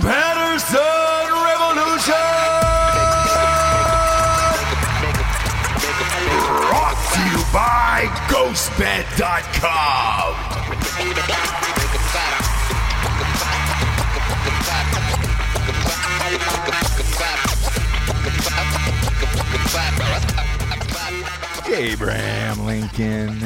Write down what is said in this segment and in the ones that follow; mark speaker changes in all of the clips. Speaker 1: Patterson Revolution! Brought to you by GhostBed.com!
Speaker 2: Abraham Lincoln.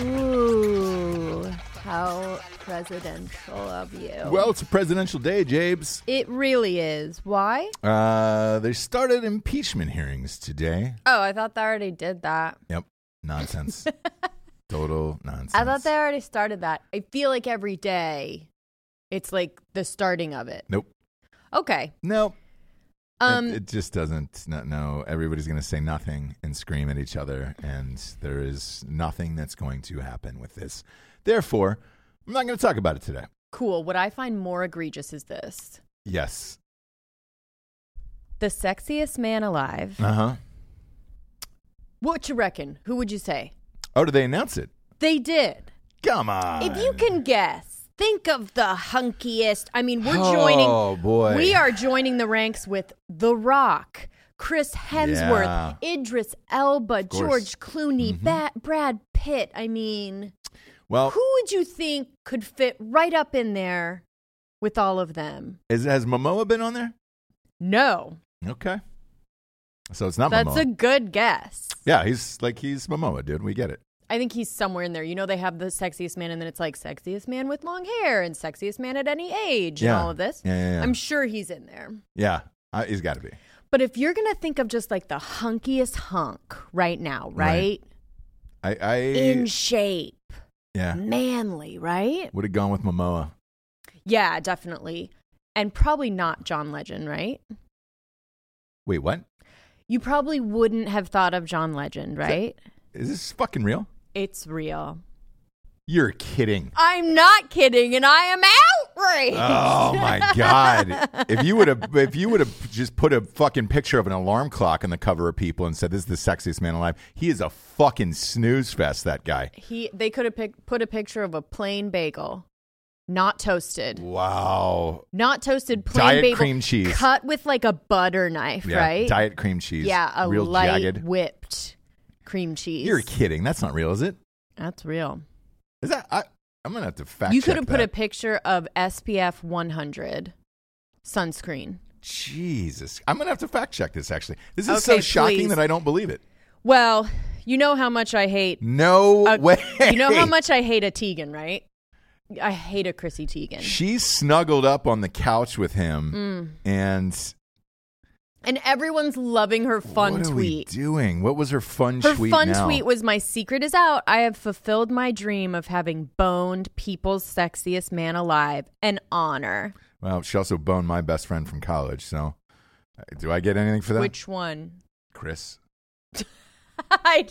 Speaker 3: Ooh, how presidential of you.
Speaker 2: Well, it's a presidential day, Jabes.
Speaker 3: it really is. Why?
Speaker 2: Uh, they started impeachment hearings today.
Speaker 3: Oh, I thought they already did that.
Speaker 2: Yep, nonsense. Total nonsense.
Speaker 3: I thought they already started that. I feel like every day it's like the starting of it.
Speaker 2: Nope.
Speaker 3: Okay.
Speaker 2: Nope. It-
Speaker 3: Um
Speaker 2: it, just doesn't. No, no. Everybody's going to say nothing and scream at each other, and there is nothing that's going to happen with this. Therefore, I'm not going to talk about it today.
Speaker 3: cool. What I find more egregious is this.
Speaker 2: Yes.
Speaker 3: The sexiest man alive.
Speaker 2: Uh huh.
Speaker 3: What you reckon? Who would you say?
Speaker 2: Oh, did they announce it?
Speaker 3: They did.
Speaker 2: Come on.
Speaker 3: If you can guess think of the hunkiest. I mean, we're
Speaker 2: Oh,
Speaker 3: joining.
Speaker 2: boy.
Speaker 3: We are joining the ranks with The Rock, Chris Hemsworth, Idris Elba,
Speaker 2: course. Mm-hmm.
Speaker 3: George Clooney, Ba- Brad Pitt. I mean,
Speaker 2: Well,
Speaker 3: who would you think could fit right up in there with all of them?
Speaker 2: is, has Momoa been on there?
Speaker 3: No,
Speaker 2: Okay. So it's not
Speaker 3: that's
Speaker 2: Momoa.
Speaker 3: a good guess.
Speaker 2: yeah, he's like he's Momoa, dude. We get it.
Speaker 3: I think he's somewhere in there. You know, they have the sexiest man, and then it's like sexiest man with long hair and sexiest man at any age
Speaker 2: Yeah.
Speaker 3: and all of this.
Speaker 2: Yeah, yeah, yeah.
Speaker 3: I'm sure he's in there.
Speaker 2: Yeah, I, he's got to be.
Speaker 3: But if you're going to think of just like the hunkiest hunk right now,
Speaker 2: Right.
Speaker 3: right?
Speaker 2: I, I
Speaker 3: In shape,
Speaker 2: yeah
Speaker 3: manly, right?
Speaker 2: would have gone with Momoa.
Speaker 3: Yeah, definitely. And probably not John Legend, right?
Speaker 2: Wait, what?
Speaker 3: You probably wouldn't have thought of John Legend, right?
Speaker 2: Is this fucking real?
Speaker 3: It's real.
Speaker 2: You're kidding.
Speaker 3: I'm not kidding, and I am outraged.
Speaker 2: Oh my god! If you would have, if you would have just put a fucking picture of an alarm clock on the cover of People and said this is the sexiest man alive, he is a fucking snooze fest. That guy.
Speaker 3: He they could have pic- put a picture of a plain bagel, not toasted,
Speaker 2: Wow.
Speaker 3: not toasted plain
Speaker 2: Diet
Speaker 3: bagel,
Speaker 2: cream cheese.
Speaker 3: cut with like a butter knife,
Speaker 2: Yeah,
Speaker 3: right?
Speaker 2: Diet cream cheese.
Speaker 3: yeah, a
Speaker 2: real
Speaker 3: light
Speaker 2: jagged.
Speaker 3: whipped cream cheese.
Speaker 2: You're kidding. That's not real, is it?
Speaker 3: That's real.
Speaker 2: Is that? I, I'm gonna have to fact.
Speaker 3: you
Speaker 2: check
Speaker 3: could have put
Speaker 2: that.
Speaker 3: a picture of SPF 100 sunscreen.
Speaker 2: Jesus. I'm gonna have to fact check this. Actually, this is so
Speaker 3: Okay,
Speaker 2: shocking
Speaker 3: please.
Speaker 2: that I don't believe it.
Speaker 3: Well, you know how much I hate.
Speaker 2: No
Speaker 3: a-
Speaker 2: way.
Speaker 3: Uh, You know how much I hate a Tegan, right? I hate a Chrissy Teigen.
Speaker 2: she snuggled up on the couch with him,
Speaker 3: Mm.
Speaker 2: and
Speaker 3: and everyone's loving her fun
Speaker 2: what are we
Speaker 3: tweet.
Speaker 2: doing? What was her fun
Speaker 3: Her
Speaker 2: tweet?
Speaker 3: fun
Speaker 2: now?
Speaker 3: tweet was My secret is out. I have fulfilled my dream of having boned people's sexiest man alive. An honor.
Speaker 2: well, she also boned my best friend from college. So, uh, do I get anything for that?
Speaker 3: Which one?
Speaker 2: Chris?
Speaker 3: I,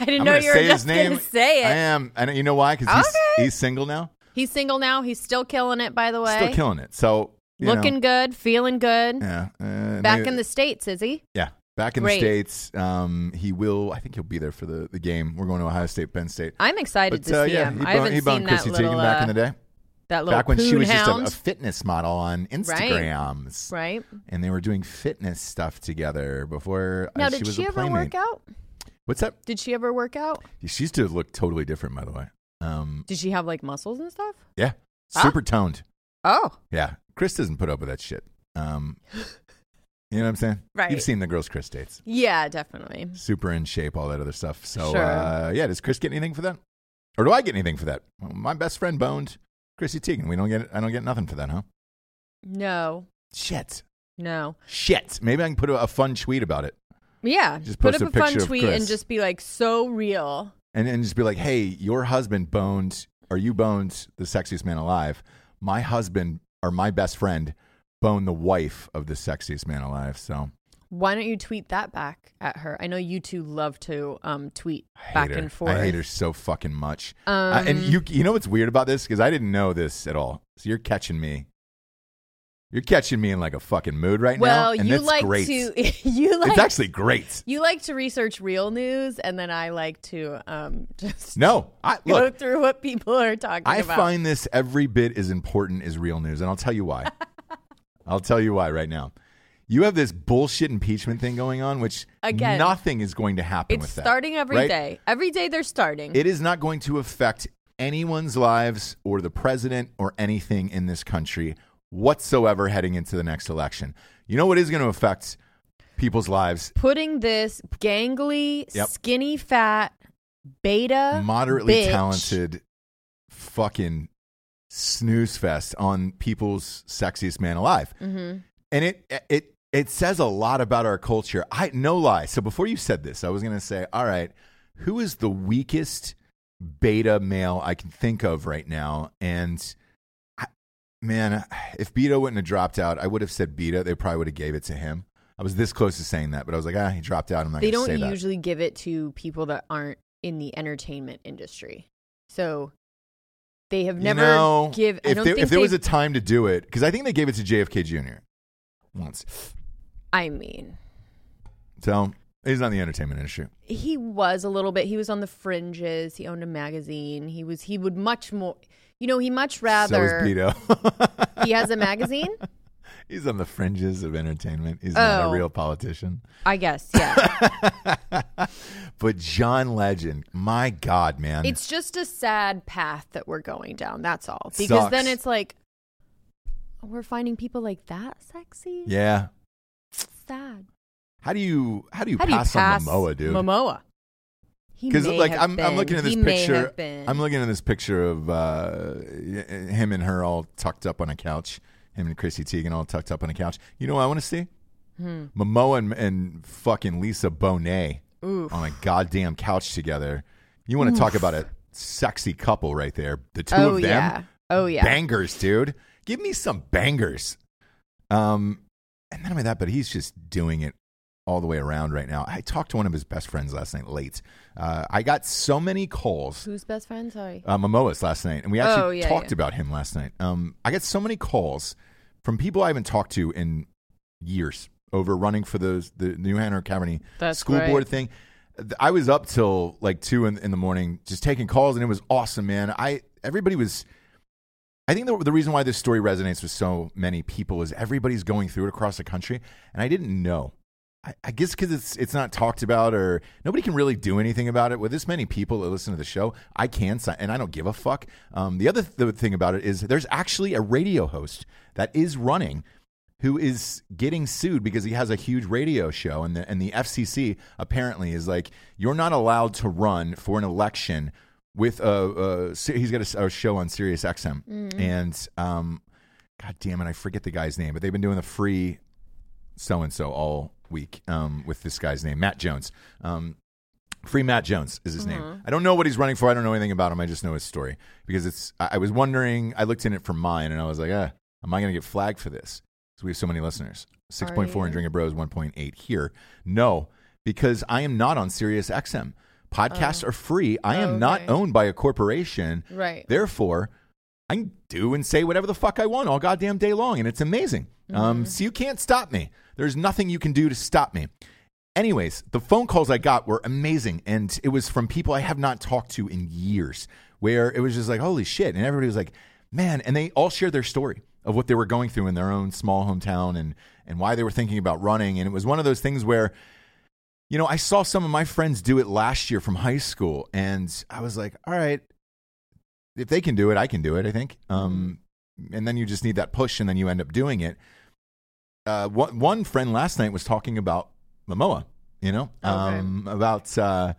Speaker 3: I didn't know
Speaker 2: gonna
Speaker 3: you were
Speaker 2: say
Speaker 3: just
Speaker 2: his name.
Speaker 3: going to say
Speaker 2: I
Speaker 3: it.
Speaker 2: am, and you know why? Because he's,
Speaker 3: Okay.
Speaker 2: he's single now,
Speaker 3: He's single now. He's still killing it, by the way.
Speaker 2: still killing it. So you know,
Speaker 3: Looking good, feeling good.
Speaker 2: yeah, uh,
Speaker 3: Back
Speaker 2: maybe-
Speaker 3: in the States, is he?
Speaker 2: yeah, back in
Speaker 3: Great.
Speaker 2: the states. Um, he will. I think he'll be there for the, the game. We're going to Ohio State, Penn State.
Speaker 3: I'm excited
Speaker 2: But
Speaker 3: to
Speaker 2: uh,
Speaker 3: see
Speaker 2: yeah, he
Speaker 3: him. I
Speaker 2: boned,
Speaker 3: haven't
Speaker 2: he boned
Speaker 3: seen
Speaker 2: Chrissy
Speaker 3: that little,
Speaker 2: Teigen back in
Speaker 3: uh,
Speaker 2: the day.
Speaker 3: that little
Speaker 2: back when she was just a- uh, a,
Speaker 3: poonhound.
Speaker 2: fitness model on Instagrams,
Speaker 3: right?
Speaker 2: and they were doing fitness stuff together before uh,
Speaker 3: Now,
Speaker 2: she
Speaker 3: did
Speaker 2: was
Speaker 3: she
Speaker 2: a
Speaker 3: ever
Speaker 2: playmate.
Speaker 3: work out?
Speaker 2: What's up?
Speaker 3: Did she ever work out?
Speaker 2: She used to look totally different, by the way. Um,
Speaker 3: Did she have like muscles and stuff?
Speaker 2: yeah,
Speaker 3: Huh?
Speaker 2: super toned.
Speaker 3: Oh,
Speaker 2: Yeah, Chris doesn't put up with that shit. Um, you know what I'm saying?
Speaker 3: Right.
Speaker 2: You've seen the girls Chris dates,
Speaker 3: yeah, definitely.
Speaker 2: super in shape, all that other stuff. So
Speaker 3: Sure.
Speaker 2: uh, yeah, does Chris get anything for that, or do I get anything for that? Well, my best friend boned Chrissy Teigen. We don't get. I don't get nothing for that, huh?
Speaker 3: No,
Speaker 2: Shit.
Speaker 3: no.
Speaker 2: Shit. Maybe I can put a, a fun tweet about it.
Speaker 3: Yeah,
Speaker 2: Just
Speaker 3: put
Speaker 2: post
Speaker 3: up
Speaker 2: a
Speaker 3: a, fun
Speaker 2: picture of
Speaker 3: tweet and
Speaker 2: Chris.
Speaker 3: just be like, so real.
Speaker 2: and, and just be like, hey, your husband boned, or you boned the sexiest man alive. My husband, or my best friend, boned the wife of the sexiest man alive. So
Speaker 3: Why don't you tweet that back at her? I know you two love to um, tweet
Speaker 2: I hate
Speaker 3: back
Speaker 2: her.
Speaker 3: and forth. Um,
Speaker 2: I hate her so fucking much. Uh, and you, you know what's weird about this? Because I didn't know this at all. So you're catching me. You're catching me in like a fucking mood right
Speaker 3: well,
Speaker 2: now. and
Speaker 3: you
Speaker 2: that's
Speaker 3: like
Speaker 2: great.
Speaker 3: to you like
Speaker 2: it's actually great.
Speaker 3: you like to research real news, and then I like to um, just
Speaker 2: No, I,
Speaker 3: go
Speaker 2: look,
Speaker 3: through what people are talking
Speaker 2: I
Speaker 3: about.
Speaker 2: find this every bit as important as real news, and I'll tell you why. I'll tell you why right now. You have this bullshit impeachment thing going on, which
Speaker 3: Again,
Speaker 2: nothing is going to happen
Speaker 3: it's
Speaker 2: with that.
Speaker 3: starting every day.
Speaker 2: right?
Speaker 3: Every day they're starting.
Speaker 2: It is not going to affect anyone's lives or the president or anything in this country whatsoever heading into the next election. You know what is going to affect people's lives?
Speaker 3: putting this gangly,
Speaker 2: Yep.
Speaker 3: skinny, fat, beta,
Speaker 2: Moderately
Speaker 3: bitch-
Speaker 2: talented fucking snooze fest on people's sexiest man alive.
Speaker 3: Mhm.
Speaker 2: and it it it says a lot about our culture. I no lie. So before you said this, I was gonna say, all right, who is the weakest beta male I can think of right now? And I, man, if Beto wouldn't have dropped out, I would have said Beta. They probably would have gave it to him. I was this close to saying that, but I was like, ah, he dropped out. I'm not
Speaker 3: They
Speaker 2: gonna
Speaker 3: don't
Speaker 2: say that.
Speaker 3: usually give it to people that aren't in the entertainment industry, so they have
Speaker 2: You
Speaker 3: never
Speaker 2: know,
Speaker 3: give. I
Speaker 2: if
Speaker 3: don't
Speaker 2: there,
Speaker 3: think
Speaker 2: if there was a
Speaker 3: they've-
Speaker 2: time to do it, because I think they gave it to JFK Jr. once.
Speaker 3: I mean,
Speaker 2: So he's not in the entertainment industry.
Speaker 3: he was a little bit. He was on the fringes. He owned a magazine. He was. He would much more. You know, he much
Speaker 2: So is
Speaker 3: rather
Speaker 2: Beto.
Speaker 3: he has a magazine.
Speaker 2: He's on the fringes of entertainment. He's not a
Speaker 3: Oh.
Speaker 2: real politician.
Speaker 3: I guess, yeah.
Speaker 2: But John Legend, my God, man.
Speaker 3: it's just a sad path that we're going down. That's all. Because
Speaker 2: Sucks.
Speaker 3: then it's like we're finding people like that sexy.
Speaker 2: yeah.
Speaker 3: Sad.
Speaker 2: How do you how do you
Speaker 3: How do you
Speaker 2: pass
Speaker 3: pass
Speaker 2: on Momoa, dude?
Speaker 3: Momoa. He
Speaker 2: because
Speaker 3: may
Speaker 2: like
Speaker 3: have
Speaker 2: I'm, I'm
Speaker 3: been.
Speaker 2: looking at this
Speaker 3: He may
Speaker 2: picture
Speaker 3: have been.
Speaker 2: i'm looking at this picture of uh, y- him and her all tucked up on a couch him and chrissy teigen all tucked up on a couch you know what i want to see
Speaker 3: Hmm.
Speaker 2: momoa and, and fucking lisa bonet on a goddamn couch together you want to talk about a sexy couple right there the two
Speaker 3: Oh
Speaker 2: of them
Speaker 3: yeah. Oh yeah.
Speaker 2: bangers dude give me some bangers um and not only that but he's just doing it all the way around right now i talked to one of his best friends last night late uh, i got so many calls
Speaker 3: Who's best friend? Sorry.
Speaker 2: uh, Momoa's last night, and we actually
Speaker 3: Oh, yeah,
Speaker 2: talked
Speaker 3: yeah.
Speaker 2: about him last night. Um, I got so many calls from people I haven't talked to in years over running for those the New Hampshire County
Speaker 3: That's
Speaker 2: school
Speaker 3: great.
Speaker 2: board thing. Th- I was up till like two in, in the morning just taking calls, and it was awesome, man. I everybody was. I think the, the reason why this story resonates with so many people is everybody's going through it across the country, and I didn't know. I, I guess because it's it's not talked about or nobody can really do anything about it. With this many people that listen to the show, I can si- and I don't give a fuck. Um, the other th- the thing about it is there's actually a radio host that is running who is getting sued because he has a huge radio show and the and the FCC apparently is like you're not allowed to run for an election with a, a se- he's got a s- a, show on Sirius XM and um god damn it I forget the guy's name but they've been doing the free so and so all week um with this guy's name Matt Jones um Free Matt Jones is his name.
Speaker 3: Mm-hmm.
Speaker 2: I don't know what he's running for. I don't know anything about him. I just know his story because it's. I, I was wondering. I looked in it for mine, and I was like, "Ah, am I going to get flagged for this?" Because we have so many listeners. Six point four in Drinking Bros, one point eight here. No, because I am not on Sirius XM. Podcasts are free. I am
Speaker 3: Oh,
Speaker 2: not
Speaker 3: okay.
Speaker 2: owned by a corporation.
Speaker 3: Right.
Speaker 2: Therefore, I can do and say whatever the fuck I want all goddamn day long, and it's amazing. Um, so you can't stop me. There's nothing you can do to stop me. Anyways, the phone calls I got were amazing, and it was from people I have not talked to in years. Where it was just like, holy shit, and everybody was like, man, and they all shared their story of what they were going through in their own small hometown and and why they were thinking about running. And it was one of those things where you know, I saw some of my friends do it last year from high school, and I was like, all right, if they can do it, I can do it, I think. Um, and then you just need that push, and then you end up doing it. Uh, one, one friend last night was talking about Momoa, you know, um, about uh,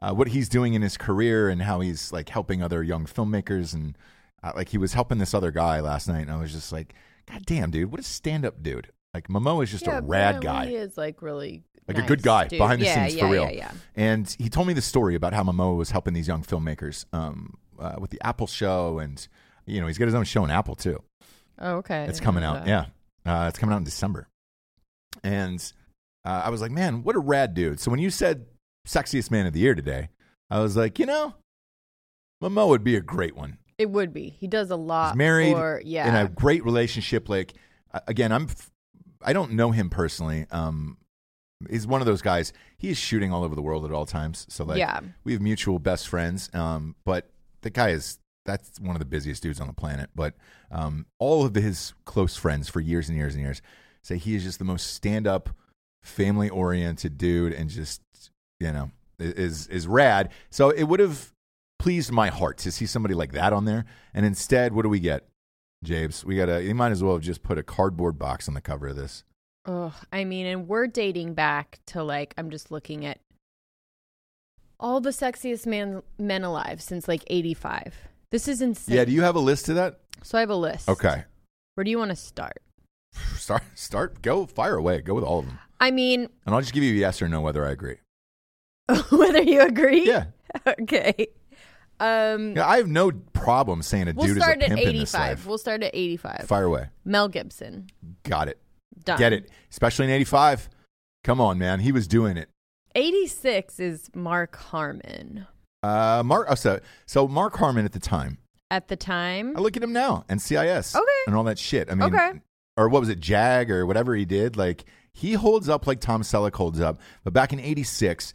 Speaker 2: uh, what he's doing in his career and how he's like helping other young filmmakers. And uh, like he was helping this other guy last night, and I was just like, God damn, dude, what a stand up dude. Like Momoa is just a rad guy
Speaker 3: He is like really
Speaker 2: like a good guy behind the scenes for real.
Speaker 3: Yeah, yeah.
Speaker 2: And he told me the story about how Momoa was helping these young filmmakers um, uh, with the Apple show, and you know he's got his own show on Apple too.
Speaker 3: Oh, okay.
Speaker 2: It's coming out, yeah, uh, it's coming out in December. And uh, I was like, man, what a rad dude. So when you said sexiest man of the year today, I was like, you know, Momoa would be a great one.
Speaker 3: It would be. He does a lot.
Speaker 2: He's married
Speaker 3: for- yeah.
Speaker 2: in a great relationship. Like uh, again, I'm f- I don't know him personally. Um, he's one of those guys. He is shooting all over the world at all times. So like,
Speaker 3: Yeah.
Speaker 2: we have mutual best friends. Um, but the guy is that's one of the busiest dudes on the planet. But um, all of his close friends for years and years and years say he is just the most stand up, family oriented dude, and just you know i- is is rad. So it would have pleased my heart to see somebody like that on there. And instead, what do we get? Jabes, we got to, you might as well have just put a cardboard box on the cover of this.
Speaker 3: Ugh, I mean, and we're dating back to like I'm just looking at all the sexiest man men alive since like '85. This is insane.
Speaker 2: Yeah, do you have a list of that?
Speaker 3: so I have a list.
Speaker 2: Okay.
Speaker 3: Where do you want to start?
Speaker 2: Start, start, go, fire away. Go with all of them.
Speaker 3: I mean,
Speaker 2: And I'll just give you a yes or no whether I agree.
Speaker 3: whether you agree.
Speaker 2: Yeah.
Speaker 3: okay. Um,
Speaker 2: Yeah, I have no problem saying a
Speaker 3: we'll
Speaker 2: dude
Speaker 3: start
Speaker 2: is a
Speaker 3: at
Speaker 2: pimp in this
Speaker 3: 85.
Speaker 2: life.
Speaker 3: We'll start at 85.
Speaker 2: Fire away.
Speaker 3: Mel Gibson.
Speaker 2: Got it.
Speaker 3: Done.
Speaker 2: Get it. Especially in 85. Come on, man. He was doing it.
Speaker 3: 86 is Mark Harmon.
Speaker 2: Uh, Mark, oh, so, so Mark Harmon at the time,
Speaker 3: At the time,
Speaker 2: I look at him now and CIS
Speaker 3: Okay.
Speaker 2: and all that shit. I mean,
Speaker 3: Okay.
Speaker 2: or what was it, Jag or whatever he did. Like he holds up like Tom Selleck holds up. But back in '86,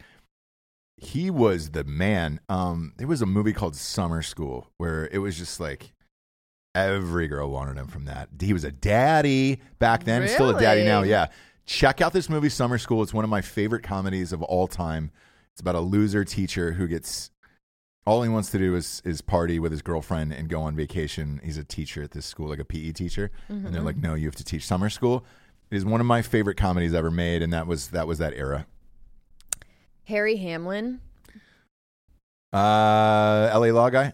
Speaker 2: he was the man. Um, there was a movie called Summer School where it was just like Every girl wanted him from that. He was a daddy back then, still a daddy now.
Speaker 3: Really?
Speaker 2: Yeah. Check out this movie, Summer School. It's one of my favorite comedies of all time. It's about a loser teacher who gets all he wants to do is is party with his girlfriend and go on vacation. He's a teacher at this school, like a PE teacher, and they're like, "No, you have to teach summer school." It is one of my favorite comedies ever made, and that was that was that era.
Speaker 3: Harry Hamlin.
Speaker 2: Uh, L.A. Law guy,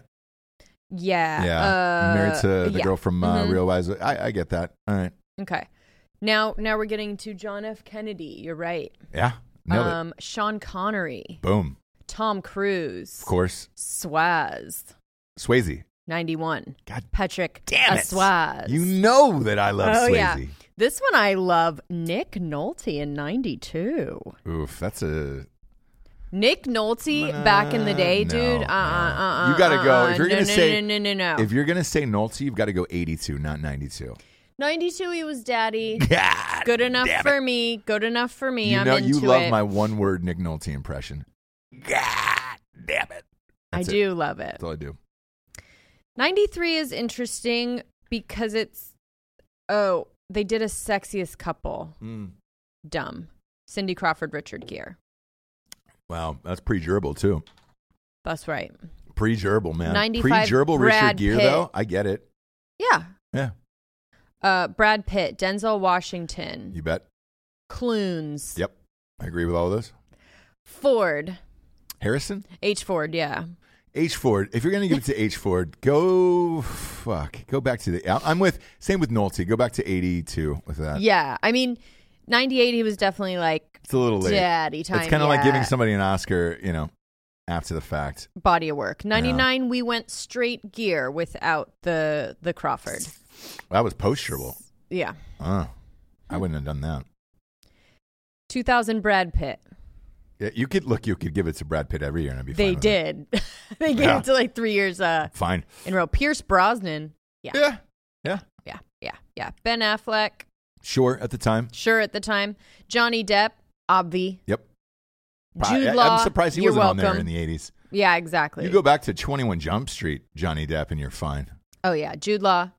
Speaker 3: Yeah.
Speaker 2: yeah,
Speaker 3: uh,
Speaker 2: married to the
Speaker 3: yeah.
Speaker 2: girl from uh,
Speaker 3: Mhm.
Speaker 2: Real Wise. I, I get that. All right,
Speaker 3: Okay. Now, now we're getting to John F. Kennedy. You're right.
Speaker 2: yeah, nailed
Speaker 3: um, Sean Connery,
Speaker 2: it. Boom,
Speaker 3: Tom Cruise,
Speaker 2: of course,
Speaker 3: Swaz,
Speaker 2: Swayze.
Speaker 3: 91.
Speaker 2: God
Speaker 3: Patrick
Speaker 2: damn it.
Speaker 3: Swaz.
Speaker 2: You know that I love
Speaker 3: Oh,
Speaker 2: Swayze.
Speaker 3: yeah. This one I love. Nick Nolte in 92.
Speaker 2: Oof, that's a
Speaker 3: Nick Nolte back in the day,
Speaker 2: No,
Speaker 3: dude.
Speaker 2: no.
Speaker 3: Uh, uh, uh,
Speaker 2: You gotta go.
Speaker 3: uh,
Speaker 2: If you're
Speaker 3: no,
Speaker 2: gonna
Speaker 3: no,
Speaker 2: say-
Speaker 3: no, no, no, no.
Speaker 2: If you're gonna say Nolte, you've got to go 82, not 92.
Speaker 3: 92, he was daddy.
Speaker 2: God,
Speaker 3: Good enough
Speaker 2: damn it.
Speaker 3: for me. Good enough for me.
Speaker 2: You
Speaker 3: I'm
Speaker 2: know,
Speaker 3: into
Speaker 2: you love
Speaker 3: it.
Speaker 2: my one word Nick Nolte impression. God damn it.
Speaker 3: I
Speaker 2: That's it.
Speaker 3: do love it.
Speaker 2: That's all I do.
Speaker 3: 93 is interesting because it's oh, they did a sexiest couple.
Speaker 2: Mm.
Speaker 3: Dumb. Cindy Crawford, Richard Gere.
Speaker 2: Wow, that's pre gerbil too.
Speaker 3: That's right.
Speaker 2: Pre gerbil, man.
Speaker 3: 95
Speaker 2: Pre gerbil Richard
Speaker 3: Brad
Speaker 2: Gere,
Speaker 3: Pitt.
Speaker 2: though. I get it.
Speaker 3: Yeah.
Speaker 2: Yeah,
Speaker 3: Uh, Brad Pitt, Denzel Washington,
Speaker 2: you bet.
Speaker 3: Clunes,
Speaker 2: Yep, I agree with all of those.
Speaker 3: Ford,
Speaker 2: Harrison,
Speaker 3: H. Ford, yeah.
Speaker 2: H Ford. If you're gonna give it to H Ford, go fuck. Go back to the. I- I'm with same with Nolte. Go back to 82 with that.
Speaker 3: yeah. I mean, 98, he was definitely like
Speaker 2: It's a little late.
Speaker 3: daddy time.
Speaker 2: it's kind of like giving
Speaker 3: yeah.
Speaker 2: somebody an Oscar, you know, after the fact.
Speaker 3: body of work. 99, we went straight gear without the the Crawford.
Speaker 2: That was post gerbil.
Speaker 3: Yeah.
Speaker 2: Uh, I wouldn't have done that.
Speaker 3: 2000, Brad Pitt.
Speaker 2: Yeah, you could look. You could give it to Brad Pitt every year, and I'd be. fine
Speaker 3: They
Speaker 2: with
Speaker 3: did. they gave
Speaker 2: Yeah.
Speaker 3: it to like three years uh,
Speaker 2: it. Fine.
Speaker 3: in a row. Pierce Brosnan. Yeah.
Speaker 2: Yeah. Yeah.
Speaker 3: Yeah. Yeah. Yeah. Ben Affleck.
Speaker 2: Sure. At the time.
Speaker 3: Sure at the time. Johnny Depp. Obvi.
Speaker 2: Yep. Pro-
Speaker 3: Jude
Speaker 2: I-
Speaker 3: Law.
Speaker 2: I'm surprised he
Speaker 3: you're
Speaker 2: wasn't
Speaker 3: welcome.
Speaker 2: on there in the '80s.
Speaker 3: Yeah, exactly.
Speaker 2: You go back to 21 Jump Street, Johnny Depp, and you're fine.
Speaker 3: oh, yeah. Jude Law.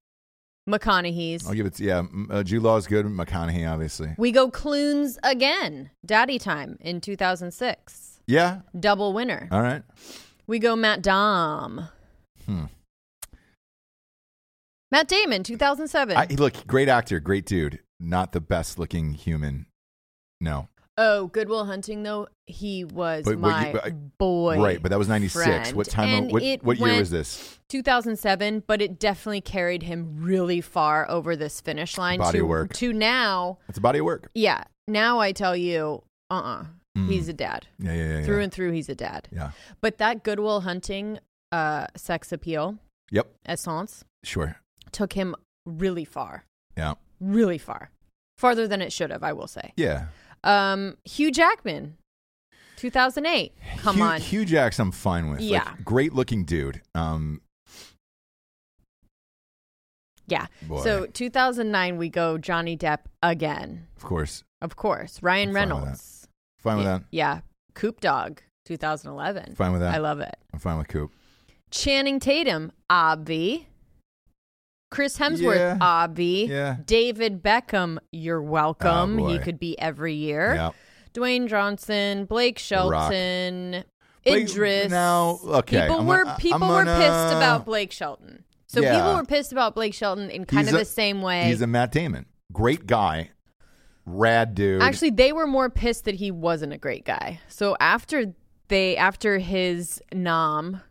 Speaker 3: McConaughey's.
Speaker 2: I'll give it. To, yeah, m- uh, Jude Law is good. McConaughey, obviously.
Speaker 3: We go Clunes again. Daddy Time in 2006.
Speaker 2: Yeah.
Speaker 3: Double winner.
Speaker 2: All right.
Speaker 3: We go Matt Dom.
Speaker 2: Hmm.
Speaker 3: Matt Damon, 2007.
Speaker 2: I, look, great actor, great dude. Not the best looking human. No.
Speaker 3: oh, Goodwill Hunting, though. He was
Speaker 2: But what
Speaker 3: my
Speaker 2: you- I-
Speaker 3: boy.
Speaker 2: right, but that was 96.
Speaker 3: friend.
Speaker 2: What time?
Speaker 3: And
Speaker 2: what
Speaker 3: it
Speaker 2: what year
Speaker 3: went
Speaker 2: was this?
Speaker 3: 2007, but it definitely carried him really far over this finish line
Speaker 2: Body
Speaker 3: to,
Speaker 2: of work.
Speaker 3: to now.
Speaker 2: It's a body of work. Mm.
Speaker 3: Yeah. Now I tell you, uh uh-uh, uh. He's a dad.
Speaker 2: Yeah, yeah, Hmm. yeah. yeah.
Speaker 3: Through and through, he's a dad.
Speaker 2: Yeah.
Speaker 3: But that Goodwill Hunting uh, sex appeal
Speaker 2: Yep.
Speaker 3: essence
Speaker 2: Sure.
Speaker 3: took him really far,
Speaker 2: Yeah.
Speaker 3: really far, farther than it should have, I will say.
Speaker 2: Yeah.
Speaker 3: Um, Hugh Jackman, 2008. Come
Speaker 2: Hugh,
Speaker 3: on.
Speaker 2: Hugh Jackson, I'm fine with. Like,
Speaker 3: Yeah.
Speaker 2: great looking dude. Um,
Speaker 3: yeah.
Speaker 2: Boy.
Speaker 3: So 2009, we go Johnny Depp again.
Speaker 2: of course,
Speaker 3: Of course.
Speaker 2: I'm fine
Speaker 3: Ryan
Speaker 2: with
Speaker 3: Reynolds.
Speaker 2: fine with
Speaker 3: yeah,
Speaker 2: that.
Speaker 3: yeah. Coop Dog, 2011.
Speaker 2: Fine with that.
Speaker 3: I love it.
Speaker 2: I'm fine with Coop.
Speaker 3: Channing Tatum, obvi. Chris Hemsworth,
Speaker 2: Yeah.
Speaker 3: obvi.
Speaker 2: Yeah.
Speaker 3: David Beckham, you're welcome.
Speaker 2: Oh,
Speaker 3: he
Speaker 2: boy.
Speaker 3: could be every year.
Speaker 2: Yeah.
Speaker 3: Dwayne Johnson, Blake
Speaker 2: Rock.
Speaker 3: Shelton,
Speaker 2: Blake-
Speaker 3: Idris.
Speaker 2: no, okay,
Speaker 3: People
Speaker 2: I'm
Speaker 3: were
Speaker 2: gonna-
Speaker 3: people
Speaker 2: I'm
Speaker 3: were
Speaker 2: gonna-
Speaker 3: pissed about Blake Shelton. So
Speaker 2: Yeah.
Speaker 3: people were pissed about Blake Shelton in kind
Speaker 2: He's
Speaker 3: of
Speaker 2: a-
Speaker 3: the same way.
Speaker 2: He's a Matt Damon. Great guy. Rad dude.
Speaker 3: Actually, they were more pissed that he wasn't a great guy. So after they after his nom